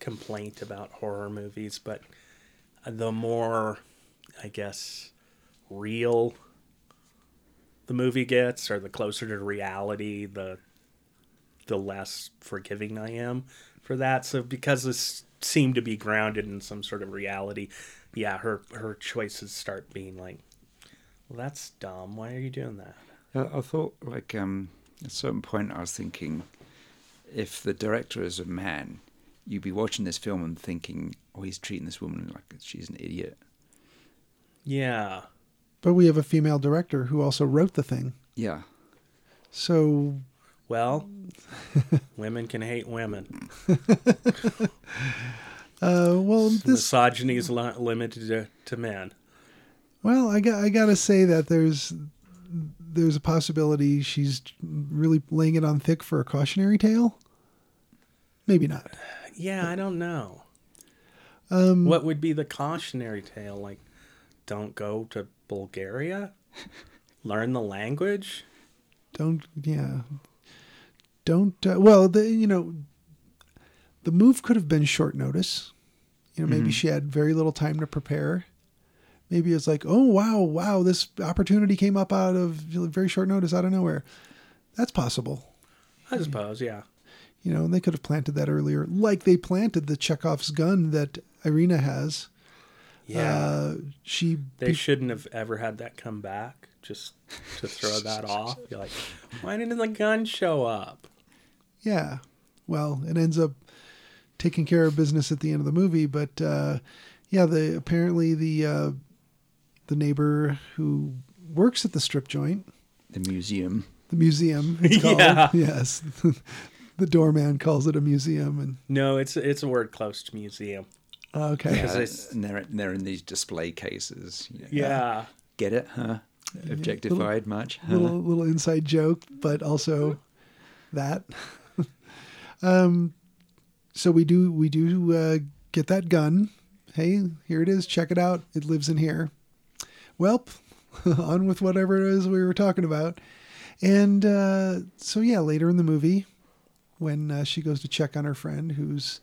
B: complaint about horror movies, but the more, I guess, real the movie gets or the closer to reality, the the less forgiving I am for that. So because this seemed to be grounded in some sort of reality, yeah, her her choices start being like, Well, that's dumb. Why are you doing that?
C: I, I thought like um, at a certain point I was thinking, if the director is a man, you'd be watching this film and thinking, oh, he's treating this woman like she's an idiot.
B: Yeah.
A: But we have a female director who also wrote the thing.
C: Yeah,
A: So
B: Well, women can hate women.
A: uh well this
B: Misogyny is li- limited to, to men.
A: Well, I got I gotta say that there's there's a possibility she's really laying it on thick for a cautionary tale. Maybe not.
B: Yeah, I don't know.
A: Um,
B: What would be the cautionary tale? Like, don't go to Bulgaria? Learn the language?
A: Don't yeah. Don't uh, well the you know the move could have been short notice. You know maybe she had very little time to prepare. Maybe it's like, oh wow, wow, this opportunity came up out of very short notice, out of nowhere. That's possible.
B: I suppose, yeah.
A: You know, and they could have planted that earlier, like they planted the Chekhov's gun that Irina has.
B: Yeah.
A: Uh, she
B: they shouldn't have ever had that come back just to throw that off. You're like, why didn't the gun show up?
A: Yeah. Well, it ends up taking care of business at the end of the movie, but uh, yeah, the apparently the uh, the neighbor who works at the strip joint,
C: The museum.
A: the museum, it's called.
B: Yeah.
A: Yes. the doorman calls it a museum and
B: No, it's it's a word close to museum. Oh,
A: uh, okay.
C: Yeah,
B: it's-
C: and they're they're in these display cases. you know.
B: Yeah.
C: Get it? Huh? Objectified much? Huh?
A: little little inside joke, but also that. um, so we do we do uh, get that gun. Hey, here it is. Check it out. It lives in here. Welp, on with whatever it is we were talking about. And uh, so yeah, later in the movie, when uh, she goes to check on her friend who's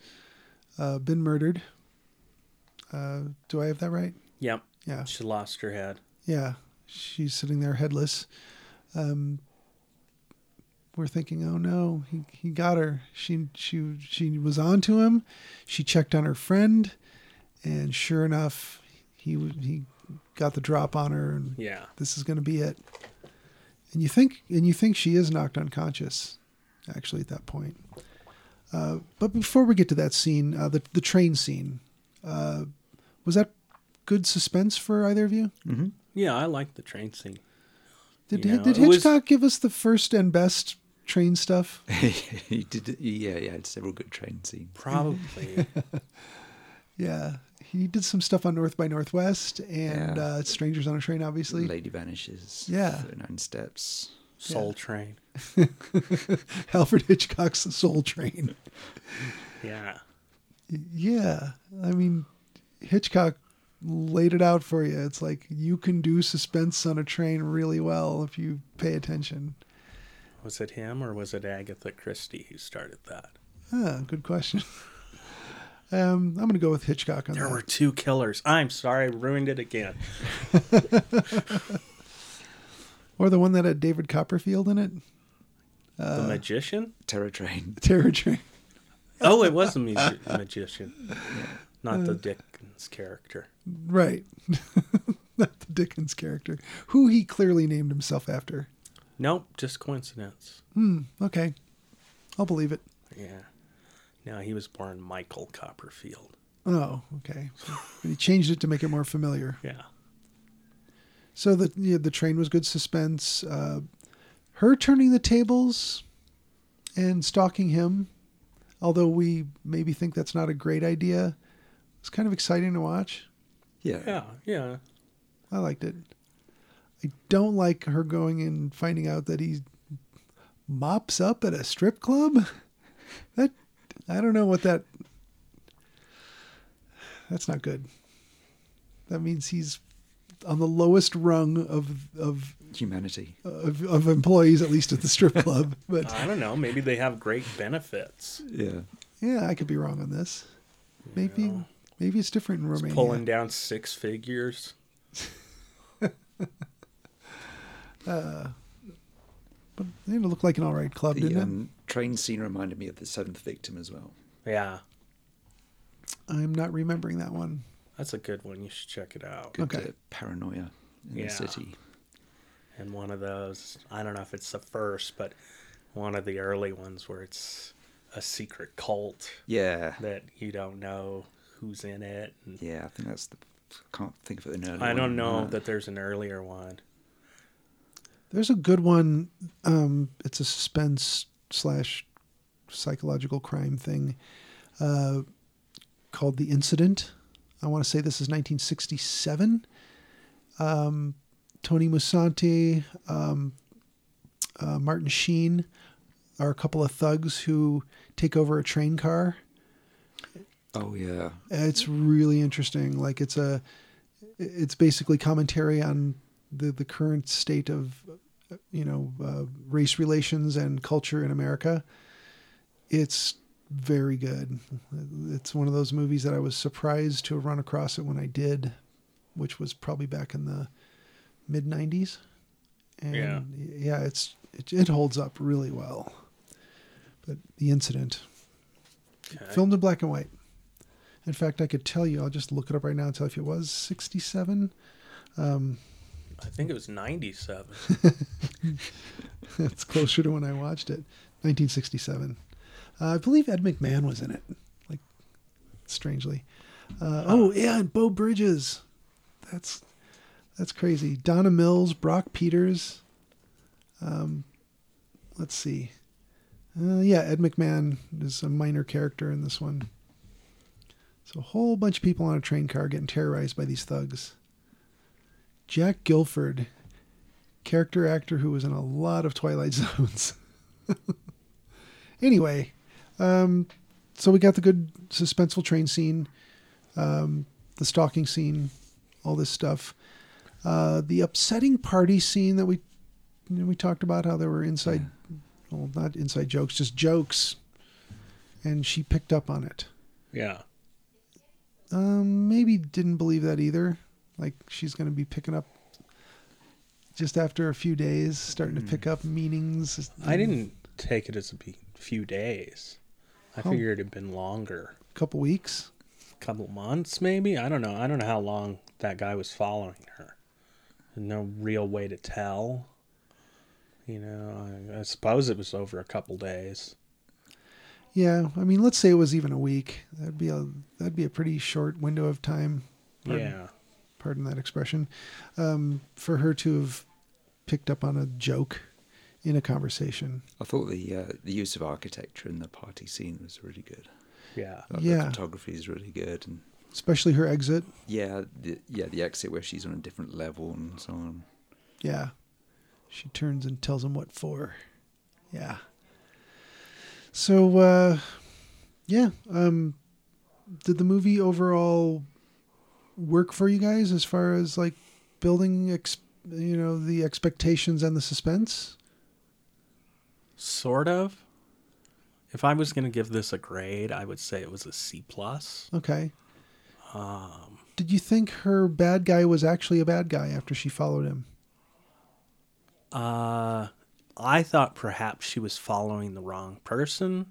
A: uh, been murdered. Uh, do I have that right?
B: Yep.
A: Yeah.
B: She lost her head.
A: Yeah, she's sitting there headless. Um, we're thinking, oh no, he, he got her. She she she was on to him. She checked on her friend, and sure enough, he w- he got the drop on her, and
B: Yeah.
A: this is going to be it. And you think and you think she is knocked unconscious, actually at that point. Uh, but before we get to that scene, uh, the the train scene, uh, was that good suspense for either of you?
B: Yeah, I like the train scene.
A: Did,
B: You know,
A: did
B: it was-
A: Hitchcock give us the first and best train stuff?
C: he did. Yeah, yeah. Had several good train scenes.
B: Probably.
A: Yeah. He did some stuff on North by Northwest and
C: Yeah.
A: uh, Strangers on a Train, obviously.
C: Lady vanishes.
A: Yeah.
C: Nine steps.
B: Soul train.
A: Alfred Hitchcock's Soul Train.
B: Yeah.
A: Yeah. I mean, Hitchcock laid it out for you. It's like you can do suspense on a train really well if you pay attention.
B: Was it him or was it Agatha Christie who started that?
A: Ah, good question. Um, I'm going to go with Hitchcock on
B: There
A: that.
B: were two killers. I'm sorry, I ruined it again.
A: Or the one that had David Copperfield in it,
B: the magician?
C: Terror train.
A: Terror Train.
B: Oh, it was the magi- magician, not the Dickens character.
A: Right. Not the Dickens character, who he clearly named himself after. Hmm,
B: Nope, just coincidence.
A: Okay. I'll believe it.
B: Yeah. No, he was born Michael Copperfield.
A: Oh, okay. But he changed it to make it more familiar.
B: Yeah.
A: So the yeah, the train was good suspense. Uh, her turning the tables and stalking him, although we maybe think that's not a great idea, it's kind of exciting to watch.
C: Yeah.
B: Yeah, yeah.
A: I liked it. I don't like her going and finding out that he mops up at a strip club. That I don't know what that. That's not good. That means he's on the lowest rung of of
C: Humanity.
A: of, of employees, at least at the strip club. But
B: I don't know. Maybe they have great benefits.
C: Yeah.
A: yeah, I could be wrong on this. Maybe maybe it's different in Romania.
B: Pulling down six figures.
A: It looked like an all right club,
C: The
A: didn't it?
C: um, train scene reminded me of the seventh victim as well.
B: Yeah,
A: I'm not remembering that one.
B: that's a good one. You should check it out.
C: Good
A: Okay.
C: uh, paranoia in
B: Yeah.
C: the city.
B: And one of those, I don't know if it's the first, but one of the early ones where it's a secret cult
C: Yeah.
B: that you don't know who's in it. And
C: Yeah. I think that's the. Can't think of it. An early
B: I
C: one.
B: don't know
C: Uh,
B: that there's an earlier one.
A: There's a good one. Um, it's a suspense slash psychological crime thing uh, called The Incident. I want to say this is 1967. Um, Tony Musante, um, uh, Martin Sheen are a couple of thugs who take over a train car.
C: Oh yeah.
A: It's really interesting. Like it's a, it's basically commentary on the the current state of, you know, uh, race relations and culture in America. It's very good. It's one of those movies that I was surprised to have run across it when I did. which was probably back in the mid 90s. And
B: Yeah.
A: yeah, it's it, it holds up really well. But the incident
B: Okay.
A: filmed in black and white. In fact, I could tell you, I'll just look it up right now and tell you if it was 67.
B: I think it was 97.
A: That's closer to when I watched it. 1967. Uh, I believe Ed McMahon was in it. Like, strangely. Uh, oh yeah, and Bo Bridges. That's that's crazy. Donna Mills, Brock Peters. Um, let's see. Uh, yeah, Ed McMahon is a minor character in this one. So a whole bunch of people on a train car getting terrorized by these thugs. Jack Guilford, character actor who was in a lot of Twilight Zones. anyway, um, so we got the good suspenseful train scene, um, the stalking scene, all this stuff. Uh, the upsetting party scene that we you know, we talked about how there were inside, well, not inside jokes, just jokes, and she picked up on it.
B: Yeah.
A: Um, maybe didn't believe that either. Like she's going to be picking up just after a few days, starting to pick up meanings.
B: Hmm. I didn't take it as a be- few days. I
A: Oh.
B: figured it'd been longer.
A: A couple weeks.
B: couple months, maybe? I don't know. I don't know how long that guy was following her. No real way to tell. You know, I, I suppose it was over a couple days.
A: Yeah, I mean, let's say it was even a week. That'd be a that'd be a pretty short window of time. Pardon.
B: Yeah.
A: Pardon that expression. Um, for her to have picked up on a joke in a conversation.
C: I thought the uh, the use of architecture in the party scene was really good.
B: Yeah.
C: Like
A: Yeah.
C: the photography is really good, and
A: especially her exit.
C: yeah, the, yeah, the exit where she's on a different level and so on.
A: Yeah. She turns and tells him what for. Yeah. So uh yeah, um did the movie overall work for you guys as far as like building ex- you know the expectations and the suspense?
B: Sort of. If I was going to give this a grade, I would say it was a C plus.
A: Okay.
B: Um,
A: Did you think her bad guy was actually a bad guy after she followed him?
B: uh, I thought perhaps she was following the wrong person.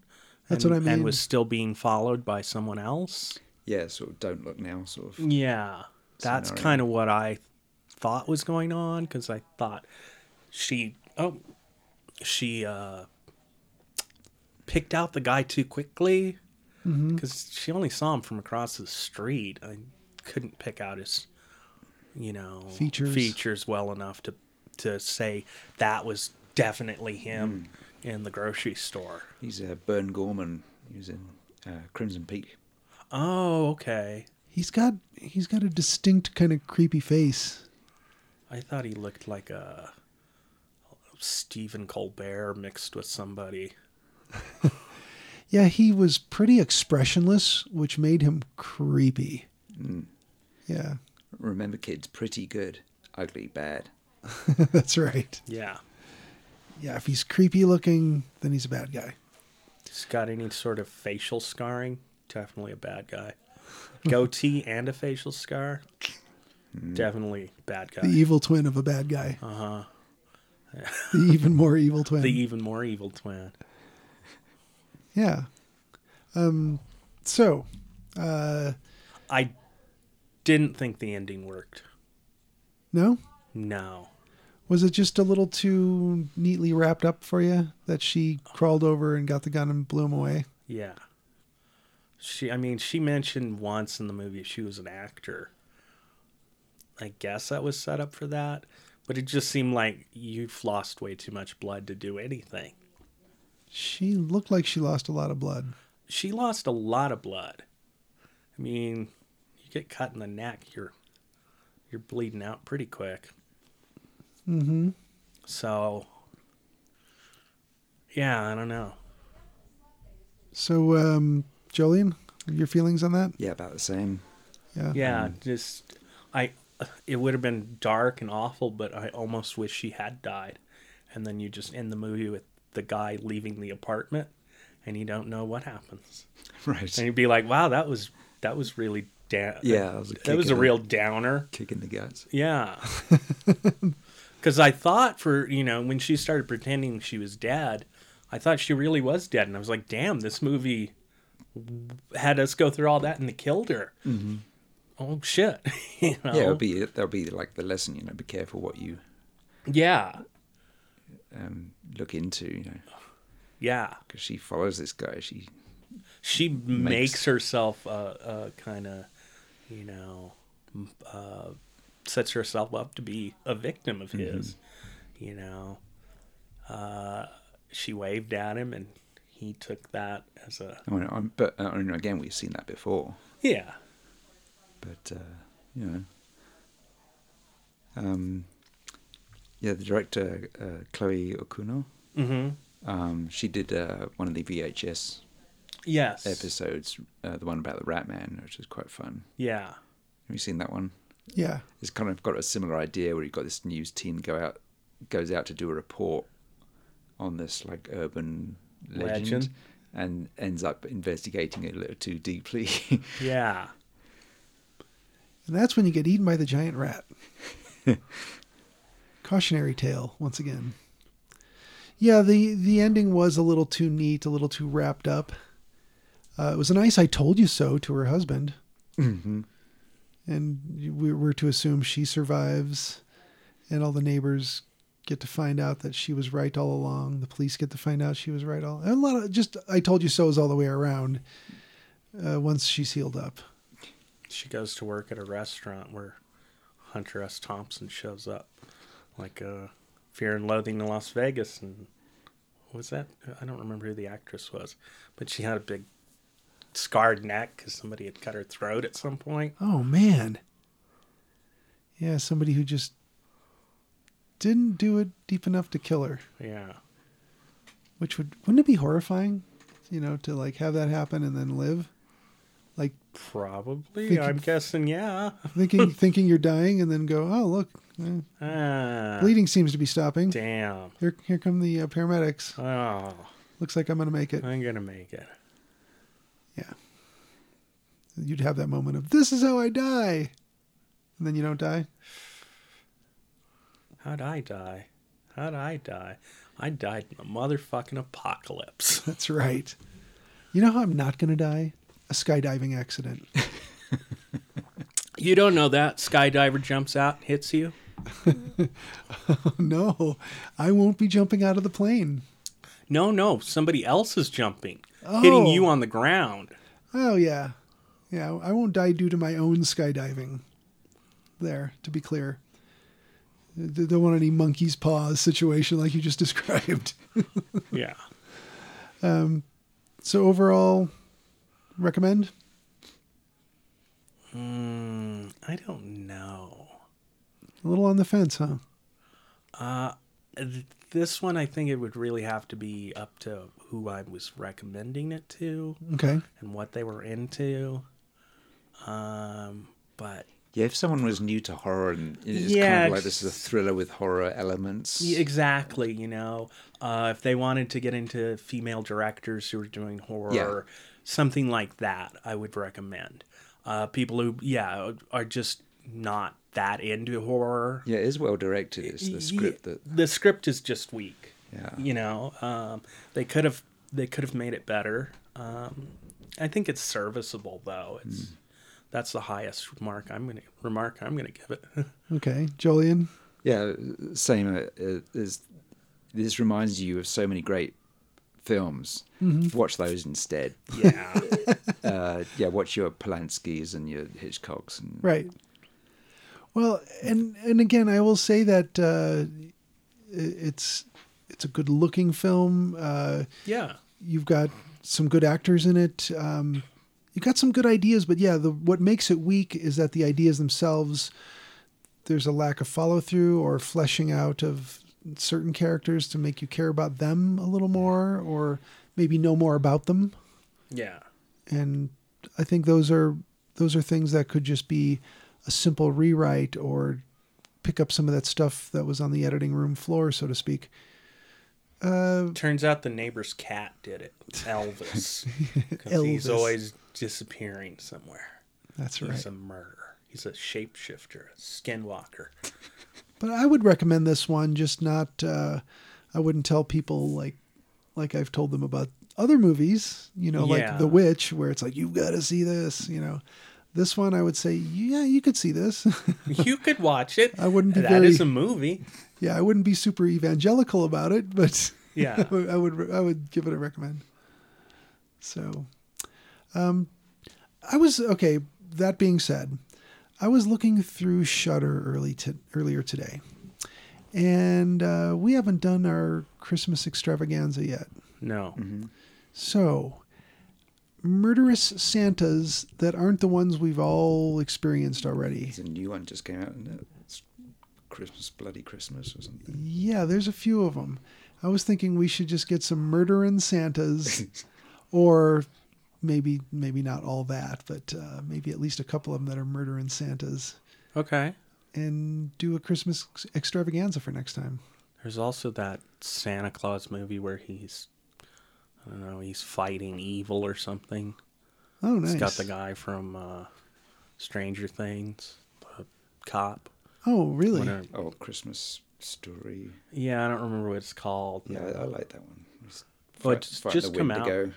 A: That's
B: and-
A: what I
B: And
A: mean.
B: was still being followed by someone else.
C: Yeah, sort of don't look now, sort of.
B: Yeah, that's
C: Scenario.
B: kind of what I thought was going on because I thought she oh she uh picked out the guy too quickly because she only saw him from across the street. I couldn't pick out his you know
A: Features.
B: features well enough to to say that was definitely him in the grocery store.
C: He's uh, Bern Gorman. He was in uh, Crimson Peak.
B: Oh, okay.
A: He's got he's got a distinct kind of creepy face.
B: I thought he looked like a Stephen Colbert mixed with somebody.
A: Yeah, he was pretty expressionless, which made him creepy. Yeah,
C: Remember, kids, pretty good, ugly bad.
A: that's right.
B: Yeah.
A: Yeah, if he's creepy looking, then he's a bad guy.
B: He's got any sort of facial scarring? Definitely a bad guy. Goatee and a facial scar? Definitely bad guy.
A: The e-
B: The,
A: evil twin of a bad guy. Uh huh. the even more evil twin.
B: even more evil twin.
A: yeah. Um. So, uh,
B: I didn't think the ending worked.
A: no,
B: No.
A: was it just a little too neatly wrapped up for you that she crawled over and got the gun and blew him away?
B: Yeah. She I mean, she mentioned once in the movie she was an actor. I guess that was set up for that, but it just seemed like you've lost way too much blood to do anything.
A: She looked like she lost a lot of blood.
B: She lost a lot of blood. I mean, you get cut in the neck, you're you're bleeding out pretty quick.
A: Mm-hmm.
B: So yeah, I don't know.
A: So, um, Jolene, your feelings on that?
C: Yeah, about the same.
A: Yeah.
C: Um,
B: Yeah, just I. It would have been dark and awful, but I almost wish she had died. And then you just end the movie with the guy leaving the apartment, and you don't know what happens.
C: Right.
B: And you'd be like, "Wow, that was that was really down.
C: Yeah, that was a
B: that
C: kick
B: was
C: in
B: a
C: the-
B: real downer.
C: Kick in the guts.
B: Yeah. Because I thought for, you know, when she started pretending she was dead, I thought she really was dead. And I was like, damn, this movie had us go through all that and they killed her. Oh, shit. you know?
C: Yeah, it'll be that'll be like the lesson, you know. Be careful what you
B: Yeah.
C: um, look into, you know,
B: Yeah.
C: because she follows this guy. She
B: She makes, herself a, a kind of, you know, m- uh, sets herself up to be a victim of his. You know, uh, she waved at him and he took that as a
C: I mean, I'm, but uh, I mean, again, we've seen that before.
B: Yeah.
C: But uh, you know, um, yeah, the director uh, Chloe Okuno,
B: Mm-hmm.
C: um, she did uh, one of the VHS
B: Yes.
C: episodes, uh, the one about the Rat Man, which was quite fun.
B: Yeah.
C: Have you seen that one?
A: Yeah.
C: It's kind of got a similar idea where you've got this news team go out, goes out to do a report on this like urban legend,
B: Legend.
C: and ends up investigating it a little too deeply.
B: Yeah.
A: And that's when you get eaten by the giant rat. Cautionary tale, once again. Yeah, the, the ending was a little too neat, a little too wrapped up. Uh, it was a nice I told you so to her husband. And we were to assume she survives, and all the neighbors get to find out that she was right all along. The police get to find out she was right all. And a lot of just I told you so is all the way around. Uh, once she's healed up,
B: She goes to work at a restaurant where Hunter S. Thompson shows up, like uh, Fear and Loathing in Las Vegas, and what was that? I don't remember who the actress was, but she had a big scarred neck because somebody had cut her throat at some point.
A: Oh man. Yeah, somebody who just didn't do it deep enough to kill her,
B: Yeah.
A: which would wouldn't it be horrifying, you know, to like have that happen and then live, like
B: Probably.
A: Think
B: I'm
A: you-
B: guessing. Yeah.
A: thinking thinking you're dying and then go, oh look, eh,
B: Ah,
A: bleeding seems to be stopping.
B: damn.
A: Here here come the uh, paramedics.
B: Oh,
A: Looks like I'm gonna make it.
B: I'm gonna make it.
A: Yeah, you'd have that moment of this is how I die, and then you don't die.
B: How'd I die? How'd I die? I died in the motherfucking apocalypse.
A: That's right. You know how I'm not gonna die? A skydiving accident.
B: You don't know that. Skydiver jumps out, hits you.
A: No, I won't be jumping out of the plane.
B: No, no, somebody else is jumping, hitting
A: Oh.
B: you on the ground.
A: Oh, yeah. Yeah, I won't die due to my own skydiving. There, to be clear. They don't want any monkey's paws situation like you just described.
B: Yeah.
A: So, overall, recommend?
B: Mm, I don't know.
A: A little on the fence, huh?
B: Th- This one, I think it would really have to be up to who I was recommending it to
A: Okay.
B: and what they were into. Um, but
C: yeah, if someone was new to horror and it's
B: Yeah,
C: kind of like
B: it's-
C: this is a thriller with horror elements.
B: Yeah, exactly you know uh, if they wanted to get into female directors who are doing horror something like that i would recommend uh, people who yeah are just not that into horror
C: Yeah, it is well directed. It's
B: Y-
C: the script that
B: the script is just weak
C: Yeah.
B: you know um, they could have they could have made it better um, i think it's serviceable though it's
C: Hmm.
B: that's the highest mark i'm gonna remark i'm gonna give it
A: Okay. Jolien?
C: Yeah, same. uh, Uh, is this reminds you of so many great films.
B: Mm-hmm.
C: Watch those instead.
B: yeah
C: Uh, yeah, watch your Polanskis and your Hitchcocks. And,
A: Right. Well, and and again, I will say that uh, it- it's it's a good looking film. Uh,
B: yeah
A: you've got some good actors in it. Um, you've got some good ideas, but yeah, the, what makes it weak is that the ideas themselves, there's a lack of follow through or fleshing out of certain characters to make you care about them a little more or maybe know more about them.
B: yeah
A: And I think those are those are things that could just be a simple rewrite or pick up some of that stuff that was on the editing room floor, so to speak. Uh,
B: Turns out the neighbor's cat did it. Elvis. 'Cause He's
A: Elvis.
B: always disappearing somewhere.
A: That's
B: He's
A: right.
B: a murderer. He's a shapeshifter, a skinwalker.
A: But I would recommend this one, just not. Uh, I wouldn't tell people like like I've told them about other movies. You know, like
B: Yeah.
A: The Witch, where it's like you've got to see this. You know, this one I would say, yeah, you could see this.
B: you could watch it.
A: I wouldn't be
B: That
A: very-
B: is a movie.
A: yeah, I wouldn't be super evangelical about it, but
B: Yeah.
A: I would- I would I would give it a recommend. So, um, I was okay. That being said, I was looking through Shutter early to, earlier today, and uh, we haven't done our Christmas extravaganza yet.
B: No.
A: Mm-hmm. So, murderous Santas that aren't the ones we've all experienced already.
C: There's a new one just came out, and it's Christmas, bloody Christmas, or something.
A: Yeah, there's a few of them. I was thinking we should just get some murdering Santas, or maybe maybe not all that, but uh, maybe at least a couple of them that are murdering Santas,
B: Okay.
A: and do a Christmas ex- extravaganza for next time.
B: There's also that Santa Claus movie where he's, I don't know, he's fighting evil or something.
A: Oh, nice.
B: It's got the guy from uh, Stranger Things, the cop.
A: Oh, really?
B: Whatever.
C: Oh, Christmas story.
B: Yeah, I don't remember what it's called.
C: Yeah, Oh, I, I like that one. He's
B: Well,
C: fight-
B: it's
C: fighting
B: just
C: the
B: come out.
C: Wendigo.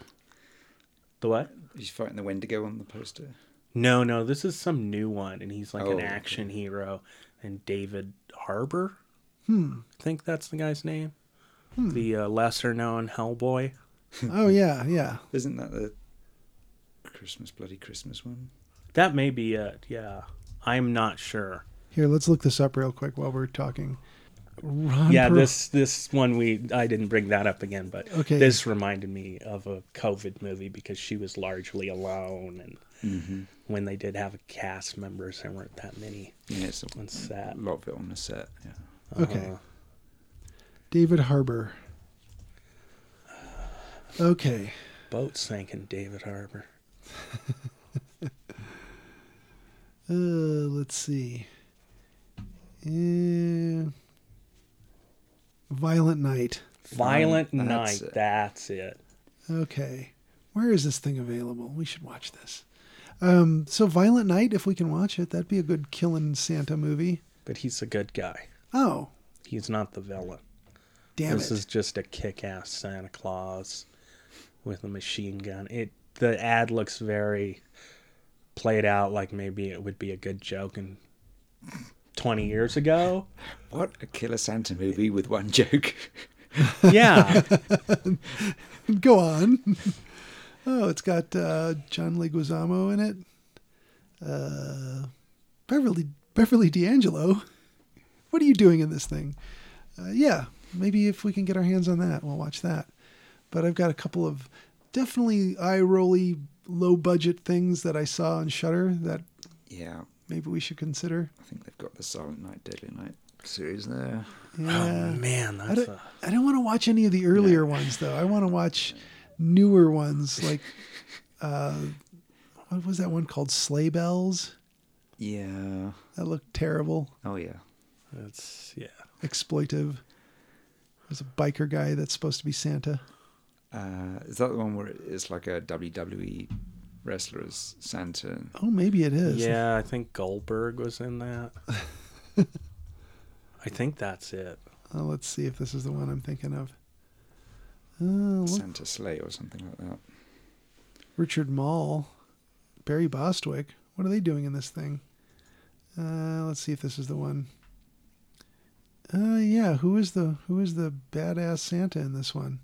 B: The what?
C: He's fighting the Wendigo on the poster.
B: No, no, this is some new one, and he's like
C: Oh,
B: an
C: okay.
B: action hero. And David Harbour, hmm. I think that's the guy's name. The uh, lesser-known Hellboy.
A: oh, yeah, yeah.
C: Isn't that the Christmas, bloody Christmas one?
B: That may be it. Yeah, I'm not sure.
A: Here, let's look this up real quick while we're talking. Ron
B: yeah,
A: Per-
B: this this one we I didn't bring that up again, but
A: Okay.
B: this reminded me of a COVID movie because she was largely alone, and
C: Mm-hmm.
B: when they did have cast members, there weren't that many
C: Yeah, it's the
B: on
C: one.
B: set.
C: A lot of it on the set. Yeah.
A: Okay.
B: Uh,
A: David Harbor. Okay.
B: boat sank in David Harbor.
A: Uh, let's see. Uh, Violent Night.
B: Violent
C: Um,
B: Night.
C: that's it.
B: That's it.
A: Okay. Where is this thing available? We should watch this. Um, so Violent Night, if we can watch it, that'd be a good killing Santa movie.
B: But he's a good guy.
A: Oh,
B: He's not the villain.
A: damn
B: this
A: it.
B: is just a kick-ass Santa Claus with a machine gun. It the ad looks very played out, like maybe it would be a good joke in twenty years ago.
C: What a killer Santa movie with one joke.
B: Yeah,
A: Go on. oh, it's got uh, John Leguizamo in it. Uh, Beverly Beverly D'Angelo. What are you doing in this thing? Uh, yeah, maybe if we can get our hands on that, we'll watch that. But I've got a couple of definitely eye rolly, low budget things that I saw on Shutter that
C: Yeah,
A: maybe we should consider.
C: I think they've got the Silent Night, Deadly Night series there.
A: Yeah.
B: oh, man,
A: I
B: that's uh,
A: don't,
B: a,
A: I don't want to watch any of the earlier ones though. I want to watch newer ones like uh, what was that one called? Sleigh Bells.
C: Yeah.
A: That looked terrible,
C: Oh, yeah.
B: that's yeah.
A: exploitive. There's a biker guy that's supposed to be Santa.
C: Uh, is that the one where it's like a WWE wrestler as Santa?
A: Oh, maybe it is.
B: Yeah, I think Goldberg was in that. I think that's it.
A: Uh, let's see if this is the one I'm thinking of. Uh, look,
C: Santa Slay or something like that.
A: Richard Mall, Barry Bostwick. What are they doing in this thing? Uh, let's see if this is the one. Uh, yeah, who is the who is the badass Santa in this one?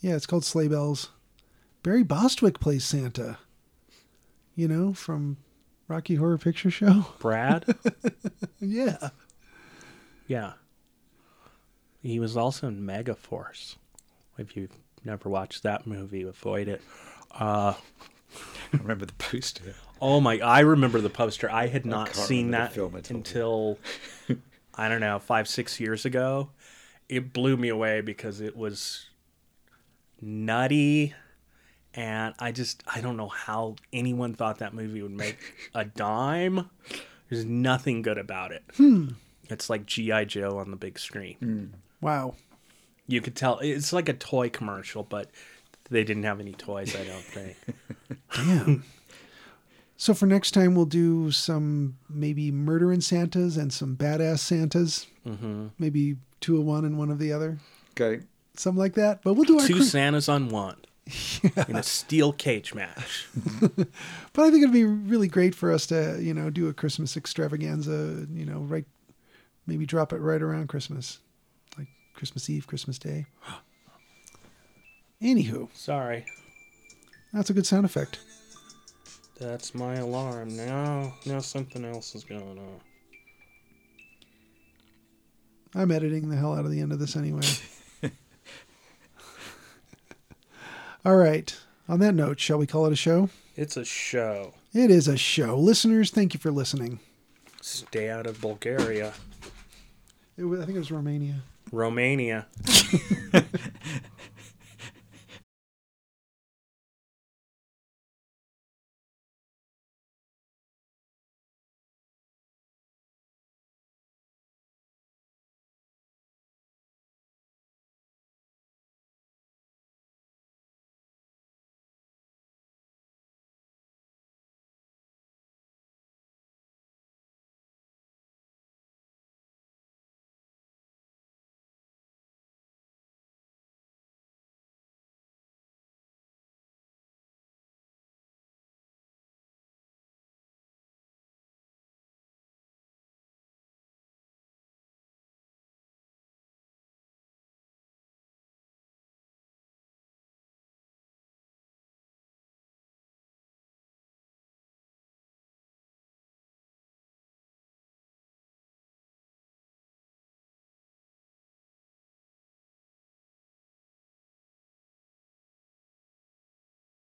A: Yeah, it's called Sleigh Bells. Barry Bostwick plays Santa. You know, from Rocky Horror Picture Show.
B: Brad.
A: yeah.
B: Yeah. He was also in Megaforce. If you've never watched that movie, avoid it. Uh,
C: I remember the poster.
B: oh my! I remember the poster. I had not
C: can't
B: seen
C: remember the
B: that
C: film at all.
B: until I don't know five, six years ago. It blew me away because it was nutty, and I just I don't know how anyone thought that movie would make a dime. There's nothing good about it.
C: Hmm.
B: It's like GI Joe on the big screen.
A: Wow.
B: You could tell it's like a toy commercial, but they didn't have any toys. I don't think.
A: Damn. So for next time, we'll do some maybe murdering Santas and some badass Santas. Mm-hmm. Maybe two of one and one of the other,
C: Okay.
A: something like that. But we'll do our
B: Two
A: cri-
B: Santas on one in a steel cage match.
A: But I think it'd be really great for us to, you know, do a Christmas extravaganza, you know, right maybe drop it right around Christmas. Like Christmas Eve, Christmas Day. Anywho,
B: Sorry,
A: that's a good sound effect.
B: that's my alarm. Now, now something else is going on.
A: I'm editing the hell out of the end of this anyway. All right. On that note, shall we call it a show?
B: It's a show.
A: It is a show. Listeners, thank you for listening.
B: Stay out of Bulgaria,
A: It wa- I think it was Romania.
B: Romania.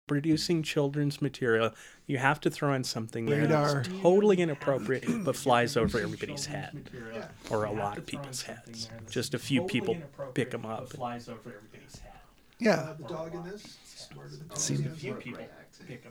B: Producing children's material, you have to throw in something there
A: Radar.
B: that's totally inappropriate, but flies over everybody's head or a lot of people's heads. Just a few people pick them up.
A: Yeah. Uh, The dog in this? Smarter than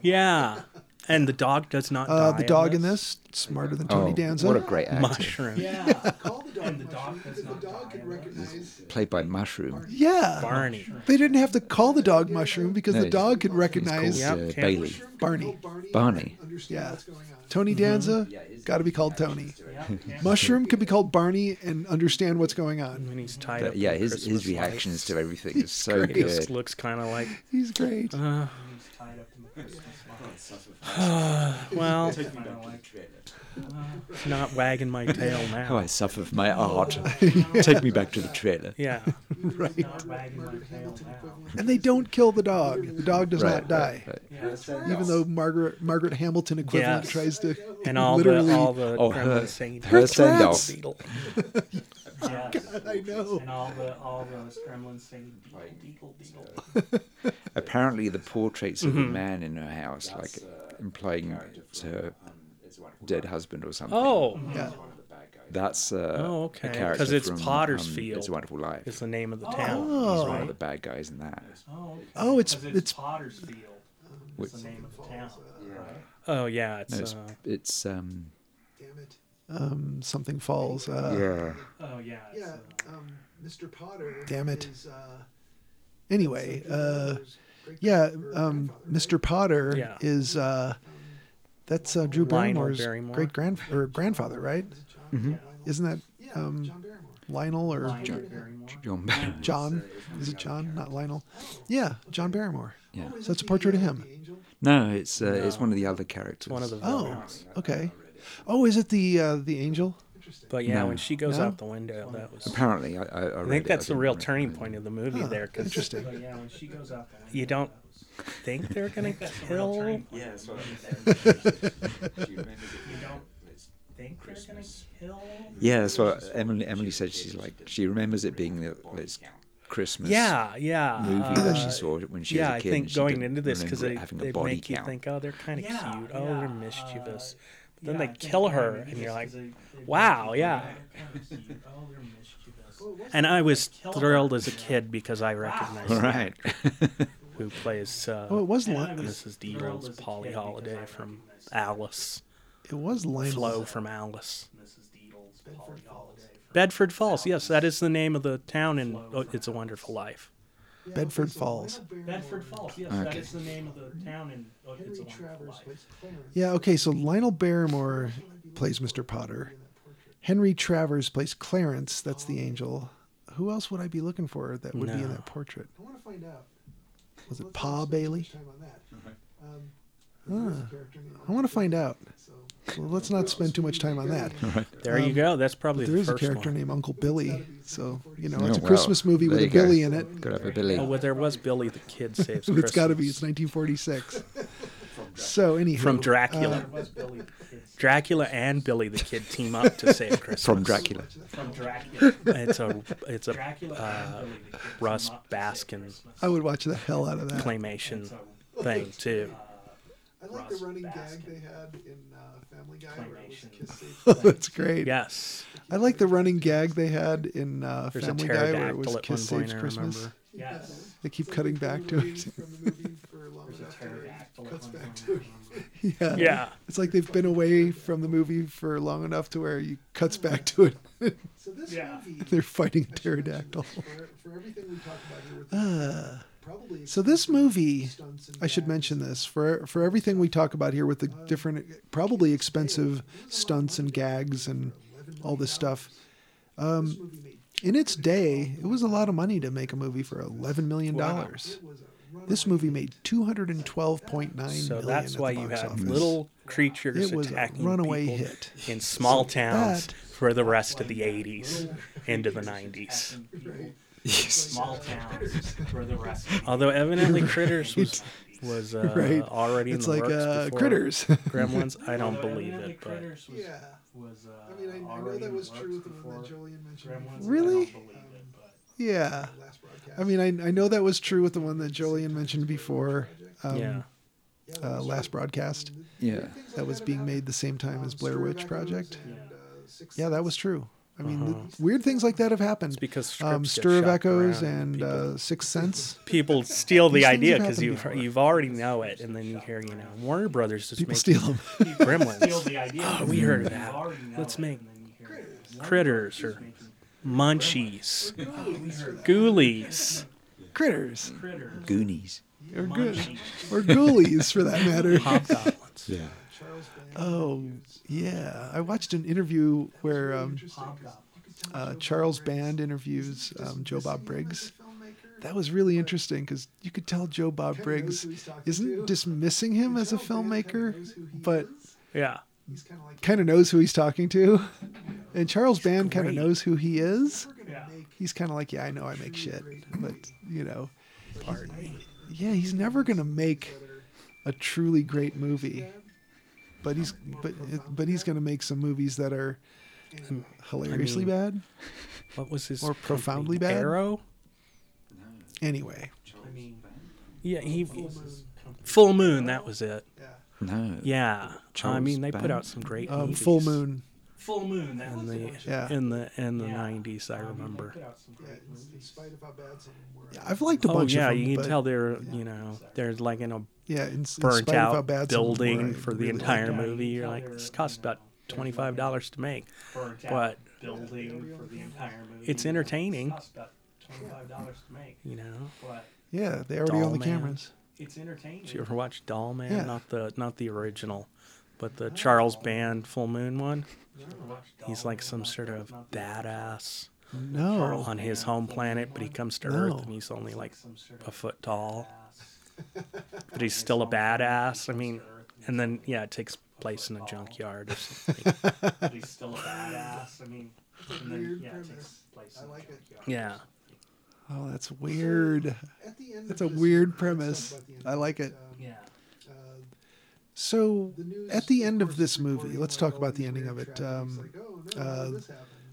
B: Yeah, and the dog does not.
A: Uh,
B: die
A: the dog in
B: unless-
A: this, smarter than Tony Danza.
C: Oh, what a great actor.
B: mushroom.
C: Played by Mushroom.
A: yeah.
B: Barney.
A: They didn't have to call the dog mushroom because
C: No,
A: the dog could
C: He's called
A: recognize
B: Yep.
C: uh,
B: Can't-
C: Bailey.
A: Barney.
C: Barney. Mm-hmm.
A: Yeah. Tony Danza, got to be called Tony. Mushroom could be called Barney and understand what's going on.
B: When he's tied
C: But
B: up.
C: yeah,
B: in
C: his,
B: Christmas
C: his reactions to everything is so
B: lights. He just
C: good.
B: looks kind of like,
A: He's great.
B: "Uh, well, not wagging my tail
C: How I
B: now.
C: suffer for my art. Take me back to the trailer.
B: Yeah.
A: And they don't kill the dog. The dog does
C: Right,
A: not die.
C: right, right.
A: Even though Margaret Margaret Hamilton equivalent
B: Yes.
A: tries to
B: And all
A: literally
B: the all the
C: Oh,
B: gremlins
C: her-
B: saying
C: her send off.
B: beetle.
A: I know.
B: all the all those gremlins saying beetle, beetle, beetle.
C: Apparently, the portraits of a
B: Mm-hmm.
C: man in her house, like implying it's her dead husband or something.
B: Oh,
A: Yeah.
C: That's
B: Oh,
C: uh, a
B: okay. 'Cause
C: character
B: it's
C: from, um,
B: Pottersfield.
C: It's a Wonderful Life.
B: is the name of the town.
A: Oh.
C: One of the bad guys in that.
A: Oh, it's it's
B: Pottersfield.
C: Which,
B: name of the town. Oh yeah, it's,
C: it's,
B: uh,
C: it's um,
A: um, something falls. Uh,
C: yeah.
B: oh yeah, it's, uh,
D: um, Mr. Potter.
A: Damn it.
D: Is, uh,
A: anyway, uh,
D: his great-
A: yeah, um, Mr. Potter
B: Yeah.
A: is uh, that's uh, Drew
B: Lionel
A: Barrymore's
B: Barrymore. Mm-hmm.
A: great grand or grandfather, right? Isn't that um,
D: John Barrymore.
A: Lionel or
B: John
C: John Barry.
A: John? Is it John? Not Lionel.
D: Oh,
A: Yeah, John Barrymore.
C: Yeah.
A: So it's a portrait of him.
C: No, it's uh, it's one of the other characters.
B: one of the villains.
A: Oh, okay. Oh, is it the uh, the angel?
B: But yeah,
C: No.
B: when she goes
A: No?
B: out the window, that was.
C: Apparently, I, I, I,
B: I think that's the real turning point of the movie there, 'cause there, because
A: Interesting.
B: you don't think they're gonna kill.
E: Yeah, that's what
B: Think they're gonna kill.
C: Yeah, that's what Emily Emily said. She's like she remembers it being the it's Christmas.
B: Yeah, yeah.
C: Movie
B: uh,
C: that she saw when she
B: yeah,
C: was a
B: I
C: kid. and
B: think
C: she
B: going
C: didn't
B: into this
C: remember
B: because
C: it
B: they,
C: having a
B: they
C: body
B: make you
C: count.
B: think, oh, they're kind of cute. Oh, they're mischievous. But then they kill her, and you're like, wow, yeah. "Oh, And I was thrilled as a kid because I recognized
C: Right.
B: who plays uh,
A: Oh, it was Li-
B: Mrs. Deal's Polly Holiday from Alice.
A: it was Lionel.
B: Flo from Alice. Bedford Falls. Yes, that is the name of the town in oh, It's a Wonderful Life.
A: Bedford Falls.
B: Bedford Falls. Yes, that
C: Okay.
B: is the name of the town in. Oh, it's a
D: Henry
B: wonderful
D: Travers
B: life.
D: was Clarence.
A: Yeah, okay, so Lionel Barrymore plays Mr. Potter. Henry Travers plays Clarence, that's the angel. Who else would I be looking for that would be in
B: No.
A: that portrait?
D: I want to find out.
A: Was it
D: Let's
A: Pa
D: not spend too
A: Bailey?
D: much time on that. Um, there's a
A: Ah,
D: character named
A: I want to find out.
D: So
A: Well, let's not spend too much time on that.
B: There
A: Um,
B: you go. That's probably
A: There
B: the
A: is a
B: first
A: character
B: one.
A: named Uncle Billy, so you know
C: Oh,
A: it's a
C: wow.
A: Christmas movie with
C: There
A: a
C: you go.
A: Billy in it.
C: Got up a Billy.
B: Oh, well, there was Billy the Kid Saves Christmas.
A: It's got to be. It's 1946. So anyhow,
B: From Dracula.
A: uh,
B: Dracula and Billy the Kid team up to save Christmas.
C: From Dracula.
B: From Dracula. It's a it's a uh, Russ Baskin
A: I would watch the hell out of that.
B: claymation thing too.
D: I like the running gag they had in uh, Family Guy where it was
B: Claymation.
D: kiss safe.
A: Oh, that's great.
B: Yes.
A: I like the running gag they had in uh,
B: There's a
A: Family Guy
B: pterodactyl
A: where it was
B: at
A: Kiss
B: one
A: Saves
B: point, I
A: Christmas.
B: remember. Yes.
A: They keep cutting back to it.
D: From the movie for long enough after it cuts back to it.
A: yeah.
B: Yeah.
A: It's like they've been away from the movie for long enough to where it cuts back to it.
D: So this
B: Yeah.
D: movie.
A: They're fighting
D: I
A: a
D: should mention
A: pterodactyl.
D: this, For, for everything we talked about here, with
A: Uh,
D: probably
A: so this movie,
D: stunts and
A: I should
D: gags, Uh,
A: mention this for for everything we talk about here with the different, probably expensive stunts and gags and all this stuff. Um,
D: this movie made
A: In its day, it was a lot of money to make a movie for eleven million dollars.
D: was a run
A: This movie made two hundred and twelve point nine million.
B: So that's
A: at the
B: why you
A: box
B: have
A: office.
B: little creatures
A: It was a
B: attacking
A: runaway
B: people
A: hit.
B: in small towns
A: that-
B: for the rest of the 80s into the 90s. Small towns for the rest. Although evidently Critters was was uh,
A: Right.
B: already
A: It's
B: in the
A: like
B: works
A: uh,
B: before
A: critters.
B: Gremlins. I don't
E: Although
B: believe
E: evidently
B: it, but
E: Critters was,
D: Yeah,
E: was uh,
D: I mean, I, I know
E: already
D: that
E: in
D: was
E: works
D: true with the
E: before
D: one that Jolien mentioned
E: Gremlins,
D: before
E: and
A: Really?
E: I don't believe it, but
A: yeah.
D: the last broadcast.
A: I mean, I, I know that was true with the one that Jolien mentioned before. Um,
B: yeah,
D: Yeah, that
A: Uh,
D: was
A: last
D: true.
A: broadcast
C: Yeah.
D: Things like
A: that was
D: have
A: being
D: happened.
A: made the same time
D: Um,
A: as Blair
D: Story
A: Witch
D: Raccoons
A: Project.
D: and, uh, Sixth
A: Yeah, that
D: Sense.
A: was true. I mean,
B: Uh-huh.
A: th- weird things like that have happened.
B: it's because scripts
A: um,
B: get
A: Stir of
B: shopped
A: Echoes
B: around.
A: and
B: people,
A: uh, Sixth Sense.
B: people steal the
A: These things
B: idea
A: have
B: because
A: happened
B: you
A: before.
B: you've already know it, and then you hear you know Warner Brothers just
A: People
B: making
A: steal them.
E: Steal
B: Gremlins.
E: the idea.
B: Oh, we heard of
E: You
B: that.
E: already know
B: Let's
E: it,
B: make
E: and then you hear it.
B: Critters or Munchies, Ghoulies,
A: Critters
E: Critters.
C: Goonies.
A: or good or ghoulies for that matter.
B: Hobgoblins.
C: Yeah.
D: Charles Band.
A: Oh yeah, I watched an interview where um,
D: Interesting, 'cause you could tell
A: uh,
D: Joe
A: Charles
D: Bob Briggs
A: Band interviews
D: doesn't
A: um, Joe
D: see
A: Bob
D: him as a
A: Briggs.
D: filmmaker.
A: That was really interesting because you could tell Joe Bob
D: Kinda knows
A: Briggs
D: who he's talking to.
A: isn't dismissing him as a
D: Charles Band kinda knows who
A: filmmaker,
D: he
A: but
D: is.
B: Yeah.
D: he's kind of like
A: kind of knows who he's talking to. And Charles Band kind of
B: great.
A: knows who he is.
D: we're gonna
E: Yeah.
D: make
A: He's kind of like, yeah, I know I make shit, but you know, yeah, he's never gonna make
D: better
A: a truly great movie, but he's but but he's gonna make some movies that are
D: anyway.
A: hilariously
B: I mean-
A: bad.
B: What was his
A: Or
B: company?
A: profoundly bad?
B: Arrow.
A: Anyway,
E: I mean,
B: Yeah, he
E: what was his company?
B: Full Moon. That was it.
D: Yeah.
C: No.
B: Yeah, I
C: Charles
B: mean they put
C: Band?
B: out some great
A: um,
B: movies
A: Full Moon,
E: Full Moon. That
B: in
E: was the
B: the
E: one.
A: yeah.
B: in the in the
E: Yeah.
B: nineties. I
E: mean, they
B: remember.
E: put out some great
D: Yeah, in, in
E: movies.
D: spite of how bad some of them were.
A: Yeah, I've liked a
B: Oh
A: bunch
B: yeah,
A: of them.
B: you
A: but
B: can tell they're you know they're like in a
A: Yeah, in, in
B: burnt
A: spite of how
B: out
A: bad some of them were,
B: building
A: I
B: for the
A: really
B: entire
A: liked
E: Yeah, you
B: movie.
E: can
B: You're
E: tell
B: like
E: they're,
B: this costs
E: you know,
B: about twenty five dollars to make.
E: Burnt out
B: But-
E: building for the entire movie.
B: It's entertaining.
E: It cost about twenty-five dollars to make,
B: You know,
E: but
A: it. Yeah, they already own the
B: Dollman.
A: cameras.
E: it's
B: did you
E: entertaining.
B: ever watch Doll Man?
A: Yeah. Oh.
B: Not the not the original, but the Charles Band Full Moon one. He's like some sort of badass
A: No,
B: on his home planet, but he comes to
A: Oh. No.
B: Earth and he's only like a foot tall. but he's still a badass. I mean, and then yeah, it takes place in a junkyard or something.
E: But he's still a badass. I mean, and then,
D: Weird
E: yeah, it takes
D: premise.
E: place
D: I
E: in
D: like
E: the
D: it.
E: junkyard.
B: yeah,
A: oh, that's weird.
D: At the end
A: That's a
D: of this,
A: weird
D: I read something
A: premise.
D: about the end
A: I
D: of
A: like it.
D: um,
E: Yeah.
D: uh,
A: So,
D: the news,
A: at the
D: of
A: end of
D: course,
A: this
D: is
A: movie,
D: reporting
A: let's
D: like
A: talk
D: all
A: about the
D: these
A: ending of
D: weird
A: it.
D: tragedies,
A: Um,
D: like, oh, no, how did
A: uh,
D: this happen? Nobody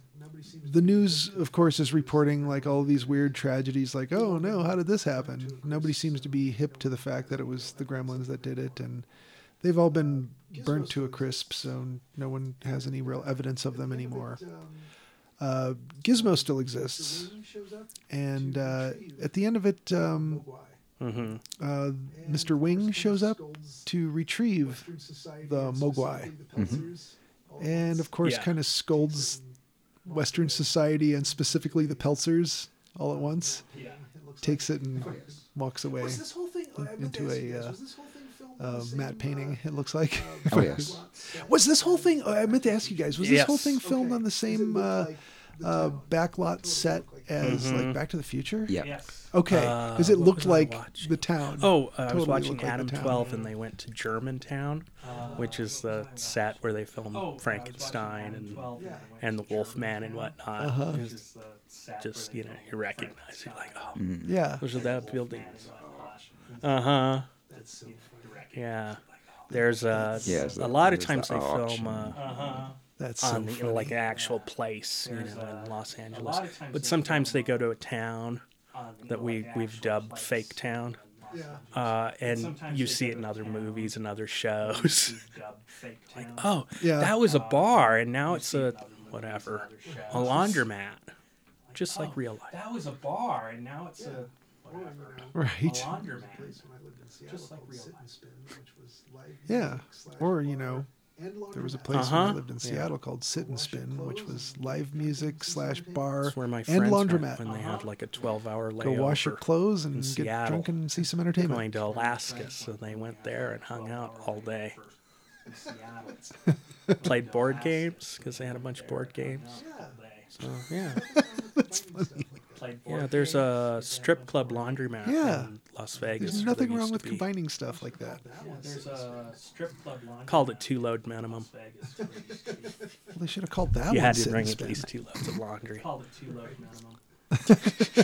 D: seems to
A: the
D: be
A: news,
D: interested.
A: of course, is reporting like all these weird tragedies, like, oh no, how did this happen? Nobody seems to be hip to the fact that it was the gremlins that did it, and they've all been burnt to a crisp, so no one has any real evidence of them
D: At the end
A: anymore.
D: of it, um,
A: Uh, Gizmo still
D: Mr.
A: exists,
D: Ring shows up
A: and
D: to
A: uh,
D: retrieve
A: at the end of it, um,
D: Mogwai.
A: uh,
B: hmm
D: And, of
A: Mr.
D: course,
A: Wing
D: things
A: shows up
D: scolds
A: to retrieve,
D: Western society
A: the Mogwai.
D: and specifically the
C: Mm-hmm.
D: Peltzers all at
A: and
D: once.
A: of course,
B: Yeah.
A: kind of scolds Western society and specifically the Peltzers all at once.
E: Yeah.
D: It looks
A: takes it and walks away.
D: Was this whole thing? I meant to
A: into
D: ask you
A: a,
D: guys,
A: uh,
D: was this whole thing filmed on the
A: Uh,
D: same,
A: matte
D: uh,
A: painting, it looks like.
C: Oh, yes.
A: Was this whole thing? I meant to ask you guys. Was this whole
B: Yes.
A: thing filmed
D: Okay.
A: on the
D: Does it
A: same
D: look
A: uh,
D: like the
A: uh,
D: town?
A: backlot set as like Back to the Future?
C: Yeah.
E: Yes.
A: Okay,
B: Mm-hmm. Uh,
A: because it
B: what
A: looked
B: was I
A: like
B: watching?
A: the town.
B: Oh, uh, I
A: Totally
B: was watching
A: looked like the
B: Adam
A: town.
B: 12 and they went to Germantown,
E: Uh,
B: which is the set where they filmed
E: Oh, I was watching
B: Frankenstein
E: Adam
B: and
E: 12
D: Yeah.
E: I went
B: and the
E: to
B: Wolfman and
E: Germantown,
B: whatnot.
A: Uh-huh.
E: which
B: Just,
E: is the set
B: just,
E: where
B: you
E: they
B: know,
E: filmed
B: you recognize it like,
E: Frankenstein
B: oh,
C: Mm.
A: Yeah.
B: those are that building.
E: and whatnot.
D: Oh.
B: Uh huh.
D: That's so funny.
B: Yeah. There's uh,
C: Yeah,
B: a
C: so
B: lot of
C: there's
B: times
C: the
B: they
C: arch
B: film
C: and-
B: uh,
E: Uh-huh.
A: That's so
B: on the,
A: funny.
B: like an actual place, you
E: There's,
B: know,
E: uh,
B: in Los
E: a lot
B: Angeles.
E: of times
B: But
E: they
B: sometimes they
E: film,
B: go
E: uh,
B: to a town
E: on the,
B: that
E: like,
B: we we've
E: actual
B: dubbed
E: place
B: fake town.
E: in Los
D: Yeah.
E: Angeles.
B: Uh, and
E: sometimes
B: you
E: they
B: see
E: go
B: it
E: to
B: in other
E: town.
B: movies and other
E: We've
B: shows.
E: dubbed fake town.
B: oh,
A: Yeah.
B: that was a
E: Uh,
B: bar, and now
E: we've
B: it's
E: seen
B: a
E: other movies and
B: whatever,
E: other
B: a
E: shows.
B: laundromat, just
E: Oh,
B: like real life.
E: That was a bar, and now it's
D: Yeah.
E: a
D: I remember
E: whatever.
D: now.
E: A
A: Right.
E: laundromat.
D: place when I lived in Seattle
E: Just like
D: called
E: real
D: Sit and
E: life.
D: Spin, which was live
A: Yeah.
D: music slash
A: Or, you
D: bar
A: know,
D: and
A: There was a
D: laundromat.
A: place when I
B: Uh-huh.
A: lived in
B: Yeah.
A: Seattle called Sit and
D: Wash your
A: Spin, which
D: clothes
A: was
D: and
A: live music slash bar
B: That's where my
A: and
B: friends went when
A: laundromat.
B: they had
E: Uh-huh.
B: like a 12-hour layover.
A: Go wash your clothes and
B: in
A: get
B: Seattle.
A: drunk and see some
B: Going
A: entertainment.
B: to Alaska, so they went there and hung out all day,
E: In Seattle.
B: played board games because they had a bunch of board games.
D: Yeah.
E: They
B: So yeah,
D: That's funny.
E: played board
B: yeah. There's
E: games.
B: a strip club laundromat
A: Yeah.
B: in Las Vegas.
A: There's
B: where there
A: nothing
B: used
A: wrong
B: to
A: with
B: be-
A: combining stuff like that.
D: That
E: Yeah,
D: one's
E: there's a strip club laundromat
B: Called it two load minimum.
E: in Las Vegas. where it used to be.
A: Well, they should have called that
B: You
A: one
B: had to
A: Sit
B: bring
A: and
B: at
A: Spin.
B: least two loads of laundry.
E: Called it two load minimum.
D: um,
E: Yeah.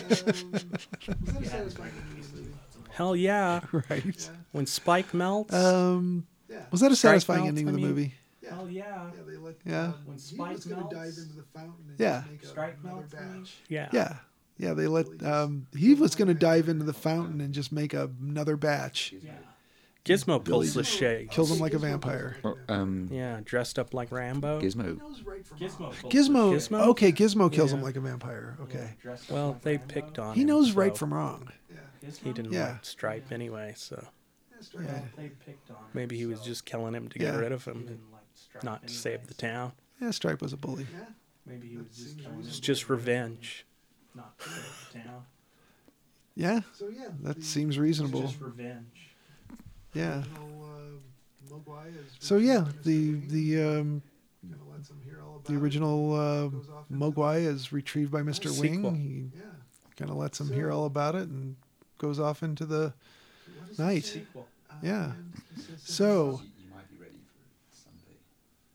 D: was that a satisfying movie?
B: Hell yeah.
A: Right.
B: When Spike melts,
A: Um,
D: Yeah.
A: was that a
B: Strike
A: satisfying
B: Melt,
A: ending
B: I
A: of the
B: mean-
A: movie?
D: Yeah.
E: Hell Oh, yeah.
D: Yeah, they let.
A: Yeah.
D: um,
E: When
D: he was
E: Spike
D: gonna dive
E: melts-
D: into the fountain and
A: Yeah.
D: just make
E: Strike
D: another
E: melts, I mean.
D: batch.
B: yeah.
A: Yeah. Yeah, they let um he was gonna dive into the fountain and just make another batch.
E: Yeah.
B: Gizmo pulls the shade.
A: Kills him
D: Gizmo
A: like a
D: was
A: vampire.
D: right
C: Well,
D: there.
C: um,
B: Yeah, dressed up like Rambo.
D: He
C: Gizmo.
D: knows right from wrong.
E: Gizmo. pulls
A: Gizmo,
E: the shit.
B: Gizmo?
A: okay, Gizmo kills him
B: Yeah.
A: like a vampire.
E: Yeah,
A: Okay.
E: dressed up
B: Well,
E: like
B: they
E: Rambo.
B: picked on.
A: He
B: him,
A: knows right
B: so
A: from wrong.
D: Yeah.
E: Gizmo?
B: He didn't
A: Yeah.
B: like Stripe anyway, so
D: Yeah, Strike
A: Yeah.
D: Melt.
E: They picked on him,
B: maybe he was
E: so
B: just killing him to
A: Yeah.
B: get rid of
E: he
B: him,
E: didn't like Stripe
B: not to save
E: anyway,
B: the
E: so
B: town.
A: Yeah, Stripe was a bully.
D: Yeah.
E: Maybe he
D: That
E: was just
D: seems
E: killing him
B: It's
D: reasonable.
E: to
B: just
E: get rid of him,
B: revenge.
E: Not to save the town.
A: Yeah,
D: So yeah.
A: that
D: the
A: seems
E: It's
A: reasonable.
E: just revenge.
A: Yeah.
D: original, uh, Mogwai is
A: So yeah,
D: retrieved by Mr.
A: the
D: Wayne.
A: the um
D: Gonna let them hear all
A: the
D: about it.
A: original uh,
D: Goes off into-
A: Mogwai is retrieved by Mr.
B: Sequel.
A: Wing. He
D: Yeah.
A: kind of lets him hear all about it and goes off into the
D: What does it
A: Night.
D: say?
E: Sequel.
D: Uh,
A: Yeah.
D: and it says something
A: So
F: You might be ready for Sunday.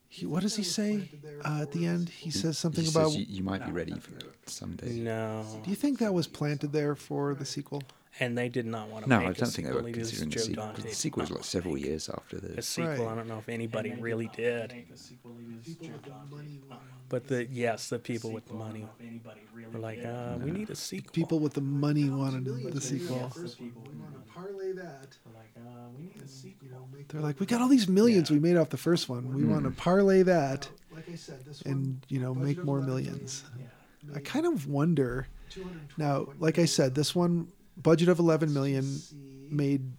A: he, what does he say uh, at the end? He says something
C: he
A: about
C: says you, you might be
E: No,
C: ready
E: that's
C: for
E: good.
C: someday.
B: No,
A: Do you think that was planted there for the sequel?
B: and they did not want to.
C: No,
B: make
C: I
B: a
C: don't think they were
B: sequel. It is
C: considering the
B: Joe
C: sequel.
B: Dante
C: The
B: did
C: sequel was
B: not
C: like several
B: make
C: years after
B: A
C: this.
B: sequel.
A: Right.
B: I don't know if
E: And
B: anybody
E: they did
B: really
E: not
B: did,
E: make a sequel, he was
D: people
E: Joe
D: with the
E: Dante.
D: money
E: Uh,
D: want
B: but the yes, the people with the
E: sequel, I don't
B: money
E: know if anybody really
B: were like,
E: did.
B: uh, we need a sequel.
A: People with the money wanted
D: millions
A: the
D: of years,
A: sequel.
D: the first one,
E: People
D: We
E: with
D: want to
E: money.
D: parlay that.
E: We're like, uh, we need a
D: You
E: sequel.
D: know, make
A: They're
D: more
A: like, we got
D: money.
A: all these millions
B: Yeah.
A: we made off the first one. We want to parlay that
D: Now, Like I said, this
A: and,
D: one,
A: you know,
D: budget
A: make
D: of
A: more
D: 11
A: millions.
E: Yeah.
D: million,
A: I kind of wonder.
D: 220
A: Now,
D: point
A: like I said, this one budget of 11 million
D: see
A: made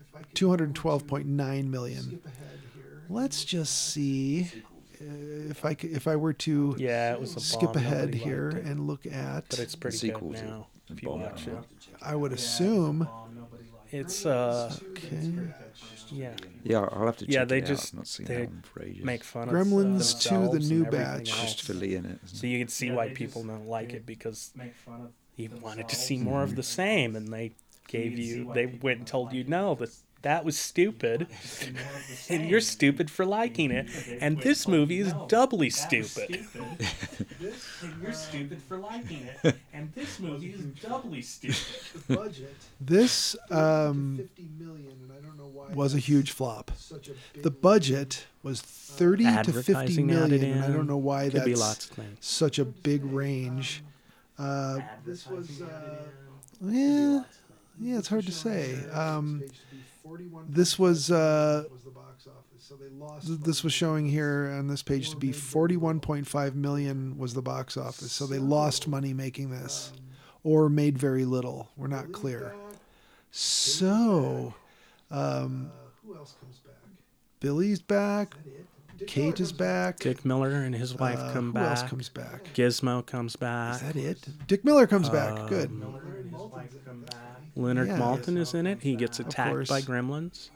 D: if I could go
A: 212.9
D: to
A: million.
D: Skip ahead here.
A: Let's just see uh, if I c- if I were to
B: Yeah, it was a
A: skip
B: bomb. Nobody
A: ahead
B: liked
A: here
B: it.
A: and look at
B: but it's pretty good
C: sequel's a-
B: now.
C: a
B: If you
C: bomb.
B: watch it,
A: I would
E: Yeah, it's a
A: assume
E: bomb, nobody liked it.
B: it's uh,
D: Two
A: okay.
D: days per
E: Pretty good
D: batch.
E: first
B: yeah.
E: movie.
C: Yeah, I'll have to check
B: Yeah, they
C: it out.
B: just-
C: I've not seen
B: they
C: that one for ages.
B: make fun
A: Gremlins
B: of uh,
A: to the
B: themselves
A: new
B: and everything
A: batch.
B: else.
C: Christopher Lee in it. isn't
B: So you can see
E: Yeah,
B: why
E: they
B: people
E: just-
B: don't like
E: they-
B: it because
E: Make fun of
B: you
E: themselves.
B: wanted to see more of the same, and they gave
E: can see
B: you,
E: why
B: they
E: people
B: went and
E: don't
B: told
E: like
B: you,
E: it
B: no, that
E: because
B: that was stupid,
E: To see more of the
B: and you're
E: same.
B: stupid for liking it,
E: They
B: and
E: went
B: this
E: told you,
B: movie is
E: "No,
B: doubly
E: that was
B: stupid.
E: stupid.
D: This,
E: and you're stupid for liking it, and this movie is doubly stupid.
D: the budget
A: this
D: to
A: um,
D: 50 million, and I don't know why
A: was a
D: that's
A: huge flop.
D: Such a big
A: The budget was 30 to 50
B: Advertising added
A: million, and I
B: in.
A: don't know why
B: Could
A: that's
B: be lots of things.
A: such a big range. Uh, eh,
D: this was, uh,
A: yeah, yeah, it's hard to say. Um, this was uh,
D: was the box office, so they
A: th-
D: lost.
A: this was
D: funding.
A: showing here on this page to be 41.5 million was the box office, so they lost money making this, or made very little. We're not
D: Lead
A: clear.
D: back,
A: So
D: uh, who else comes back?
A: Billy's back,
D: Is that it? Dick
A: Kate
D: Miller
A: is
D: comes
A: back.
B: Dick Miller and his wife
A: uh,
B: come
A: Who
B: back.
A: else comes back?
B: Gizmo comes
A: Is
B: back. Um,
A: that it? Dick Miller comes back. Good.
D: Miller and
B: his
D: Maltin's
B: wife
D: in it,
B: come
D: that's
B: back.
D: funny.
B: Leonard
A: Yeah.
B: Maltin is in it. He gets Of
A: course.
B: attacked by gremlins.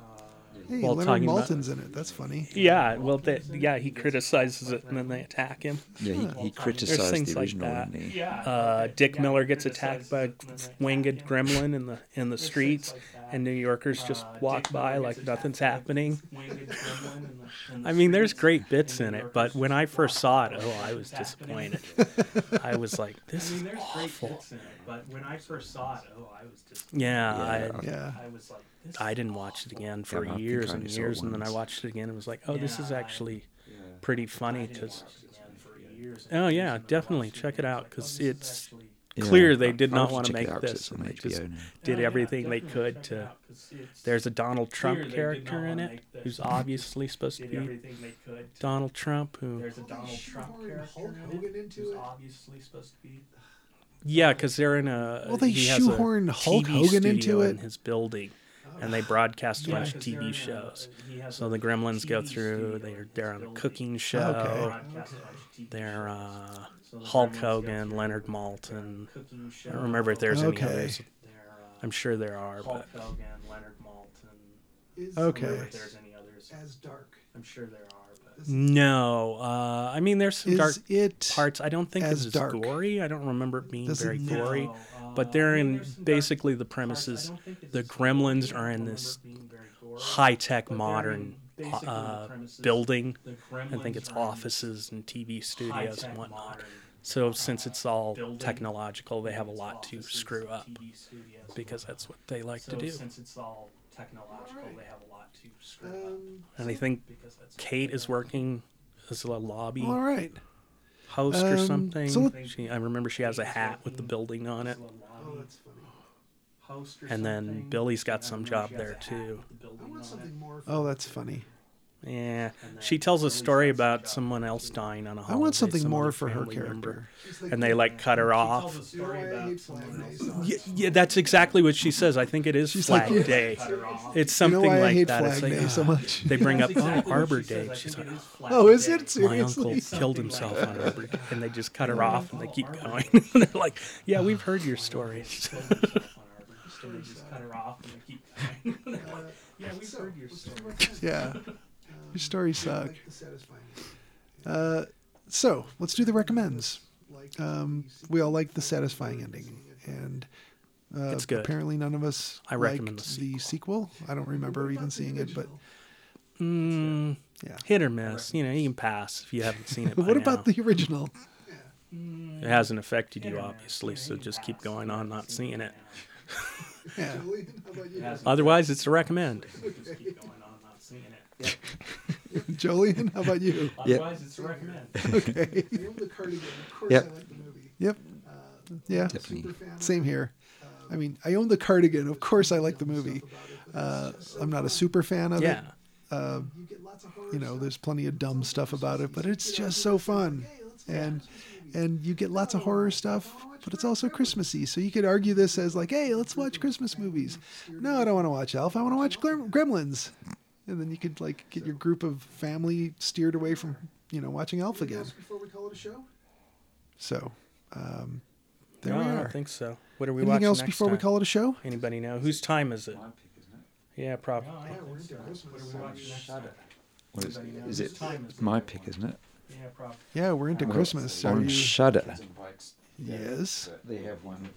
A: Hey,
B: While
A: Leonard
B: talking about-
A: Maltin's in it. That's funny.
B: Yeah, well, they, yeah, he criticizes it, and then they attack him.
C: Yeah, he, he criticised
B: things
C: the
B: like
C: original,
B: that.
C: didn't he?
E: Yeah.
B: Uh, Dick
E: Yeah,
B: Miller
E: he
B: gets attacked
E: criticized
B: by a
E: it, and then they attack
B: winged
E: him.
B: gremlin in the in the streets,
E: like that.
B: and New Yorkers just
E: Uh,
B: walk
E: Dick
B: by
E: Miller
B: like
E: gets
B: nothing's
E: attacked by
B: happening.
E: winged gremlin in the- in the
B: I mean, there's
E: streets.
B: great bits
E: And
B: in
E: New
B: it,
E: Yorkers
B: but when I
E: just
B: first
E: walk
B: saw it,
E: by
B: oh, I
E: like
B: was
E: that's happening.
B: disappointed. I was like, this
E: I mean,
B: is
E: there's great
B: awful.
E: bits in it, but when I first saw it, oh, I was just,
B: Yeah, I,
A: Yeah.
E: I was like, this
B: I didn't watch it again for
C: Yeah, I think
B: years
C: I
B: and
C: only saw it
B: years, and then I
C: once.
B: watched it again and was like, oh, this is
E: Yeah, I-
B: actually
F: Yeah.
B: pretty funny
E: I didn't
B: because.
E: watch it again for years and
B: Oh
E: years,
B: yeah,
E: and I
B: definitely
E: watched it
B: check it
E: and I was
B: out
E: like, oh,
B: because
E: this is
B: it's
E: actually-
B: clear they did
C: I'll
B: not
C: have to
B: wanna
C: check it
B: make
C: out 'cause
B: this,
C: it's
B: and
C: on
B: they
C: HBO
B: just-
C: now.
B: did
E: Oh, yeah,
B: everything they
E: definitely
B: could
E: check it
B: to.
E: out 'cause it's-
B: There's a Donald Trump
E: Clear they did
B: character
E: not
B: in
E: wanna
B: it
E: make this.
B: who's obviously supposed to
E: did
B: be
E: everything they could. to-
B: Donald Trump. Who,
E: There's a
D: Well, they
E: Donald Trump
D: shoehorned
E: character
D: Hulk
E: in it
D: Hogan into
E: who's
D: it.
E: obviously supposed to be
B: yeah, because they're in a.
A: Well, they
B: he has a
A: shoehorned Hulk
B: TV
A: Hogan
B: studio
A: into
B: in
A: it.
B: his building, and they broadcast a
E: Yeah,
B: bunch of
E: 'cause they're in
B: TV
E: a- uh,
B: shows.
E: he has
B: So
E: a
B: the Gremlins go
E: TV
B: through.
E: studio
B: They're
E: in
B: they're
E: his
B: on a
E: building.
B: cooking show.
E: They
A: Okay.
E: broadcast a bunch of TV
B: oh, They're
E: shows.
B: uh,
E: So the
B: Hulk
E: Gremlins go
B: Hogan,
E: through
B: Leonard
E: their
B: Maltin.
E: cooking
B: I
E: show.
B: don't remember if there's
A: Okay.
B: any others.
E: Their, uh,
B: I'm sure there are,
E: Hulk
B: but
E: Hogan, Leonard Maltin.
D: Is
A: Okay.
E: If
D: Lois
E: there's any others,
D: as dark.
E: I'm sure there are, but
B: no. Uh, I mean, there's some dark
A: Is it?
B: parts. I don't think
A: as
B: it's as
A: dark?
B: gory. I don't remember it being
A: Does it
B: very
A: No,
B: gory.
E: No, uh,
B: but they're
E: I mean,
B: in
E: there's some dark
B: basically the
E: parts. I
B: premises
E: don't think it's
B: the
E: as gory.
B: Gremlins
E: I don't
B: are in
E: remember
B: this
E: it being very gory,
B: high tech
E: but they're in
B: modern
E: basically the
B: uh,
E: premises.
B: building.
E: The
B: I think
E: Gremlins
B: it's
E: are in
B: offices and TV studios
E: high-tech
B: and whatnot.
E: modern
B: So since it's all
E: building,
B: technological, they have a lot to
E: offices,
B: screw up
E: TV studios, and
B: because
E: whatnot.
B: that's what they like
E: so
B: to do.
E: Since it's all technological,
D: Alright.
E: they have a lot to screw up
D: Um,
B: And I think
E: because that's what
B: Kate
E: they
B: is
E: are.
B: working as a lobby
A: All right.
B: host
A: Um,
B: or
A: so
B: something.
A: let-
B: she, I remember she has a
E: Kate is
B: hat with the
E: working
B: building on
E: as
B: it.
E: a
D: oh,
E: lobby
D: that's funny.
E: host or
B: And then
E: something,
B: Billy's got
E: and I
B: some
E: remember
B: job
E: she has
B: there,
E: a hat
B: too.
E: with the building
D: I
E: on it.
D: want something more.
A: Oh,
D: fun.
A: that's funny.
B: Yeah,
E: then
B: she tells a
E: Billy's
B: story
E: got some
B: about
E: job.
B: someone else dying on a
A: I
B: holiday.
A: want something
B: some
A: more
B: other
A: for her
B: family
A: character.
B: member.
D: It's like
B: and they like cut her
E: She
B: off.
E: tells a
D: You know
E: story
D: why I
E: about
D: hate
E: someone
D: flag
E: else
D: days?
E: dying.
B: Yeah, yeah, that's exactly what she says. I think it is Flag
A: like,
B: Day.
E: Cut her off.
B: It's
A: You
B: something
A: know why I
B: like
A: hate
B: that.
A: Flag
B: it's like uh,
A: Day so much?
B: they bring up
E: That's exactly what
B: oh,
E: she
B: Arbor
E: says.
B: Day.
E: I
B: She's
E: think
B: like,
E: it is Flag
A: oh, is
E: Day.
A: it
B: my
A: seriously?
B: uncle killed
E: Something
B: himself
E: like
B: on
E: that.
B: Arbor Day, and they just cut her
E: Yeah.
B: off, and they keep
E: oh, Arbor
B: going.
E: Day.
B: They're like, yeah, we've heard your stories.
E: Killed himself on Arbor Day. So they just cut her off and they keep going.
D: Uh,
E: Yeah, we've
D: so,
E: heard your
D: let's
E: story.
D: do more fun.
A: Yeah.
D: Um,
A: Your stories
D: I
A: suck.
D: Like the satisfying.
A: Uh, so let's do the recommends.
D: Like
A: Um, we all like the satisfying ending, and uh,
B: It's good.
A: Apparently, none of us.
B: I recommend
A: liked
B: the
A: sequel. I don't remember even seeing it, but
B: Mm,
A: yeah.
B: hit or miss. You know, you can pass if you haven't seen it.
A: But
B: by
A: what about
B: now.
A: the original?
B: It hasn't affected
E: Hit
B: you,
E: or miss.
B: obviously,
E: Yeah,
B: so
E: you
B: just keep
E: pass.
B: going
E: You
B: on
E: haven't
B: not
E: seen it
B: seeing
E: by
B: it.
E: now.
A: Yeah.
D: Julian, how about you?
E: It hasn't
B: Otherwise, it's a recommend.
E: Just keep going on not seeing it.
A: Jolien, how about you?
E: Otherwise, it's a recommend.
A: Okay.
D: I love the cardigan. Of course,
C: Yep.
D: I like the movie.
A: Yep.
D: Uh,
A: Yeah.
C: Definitely.
D: super fan. Um,
A: Same here. I mean, I own the cardigan. Of course, I like the movie. Uh, I'm not a super fan of
B: Yeah.
A: it. Uh,
D: You get lots of horror
A: you know,
D: stuff.
A: there's plenty of dumb stuff about it, but it's just so fun. And and you get lots of horror stuff, but it's also Christmassy. So you could argue this as like, hey, let's watch Christmas movies. No, I don't want to watch Elf. I want to watch Grem- Gremlins. And then you could like get your group of family steered away from you know watching Elf
D: Anything
A: again.
D: else Before we call it a show,
A: So um, there
B: no,
A: we
B: I
A: are.
B: don't think so. What are we
A: Anything
B: watching
A: else
B: next
A: before
B: time?
A: we call it a show?
B: Anybody know whose time is it?
F: My pick, isn't it?
B: Yeah, probably.
E: No, I
D: Yeah,
E: don't
D: we're
E: think so.
D: into Christmas.
E: What are we watching next time?
F: Shudder. What is, is it?
E: Time is
F: It's
E: the
F: my
E: other
F: pick,
E: one.
F: isn't it?
E: Yeah, probably.
A: Yeah, we're into
F: Well,
A: Christmas. so
C: on
A: you-
C: Shudder,
F: Kids and bikes.
A: yes.
F: They have one.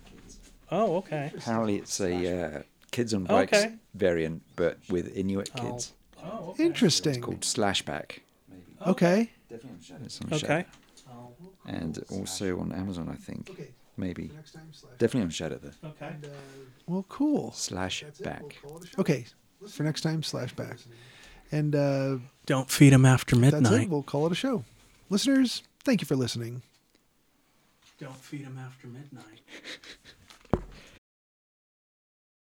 B: Oh, okay.
C: apparently it's a uh, kids on bikes
B: Okay.
C: variant, but with Inuit
B: I'll-
C: kids
E: Oh, okay.
A: Interesting.
C: called Slashback.
F: Maybe.
A: Okay.
F: Definitely on Shudder.
C: It's on
B: Okay.
C: Shudder.
E: Oh,
C: and also on Amazon, I think.
D: Okay.
C: Maybe
D: for next time slash.
C: definitely on Shudder though.
E: okay.
D: And, uh,
A: Well, cool.
C: Slash
D: that's it. We'll
C: back.
D: call it a show.
A: Okay, for next time, slash back. And uh,
B: Don't feed him after
A: that's
B: midnight.
A: it. We'll call it a show. Listeners, thank you for listening.
E: Don't feed him after midnight.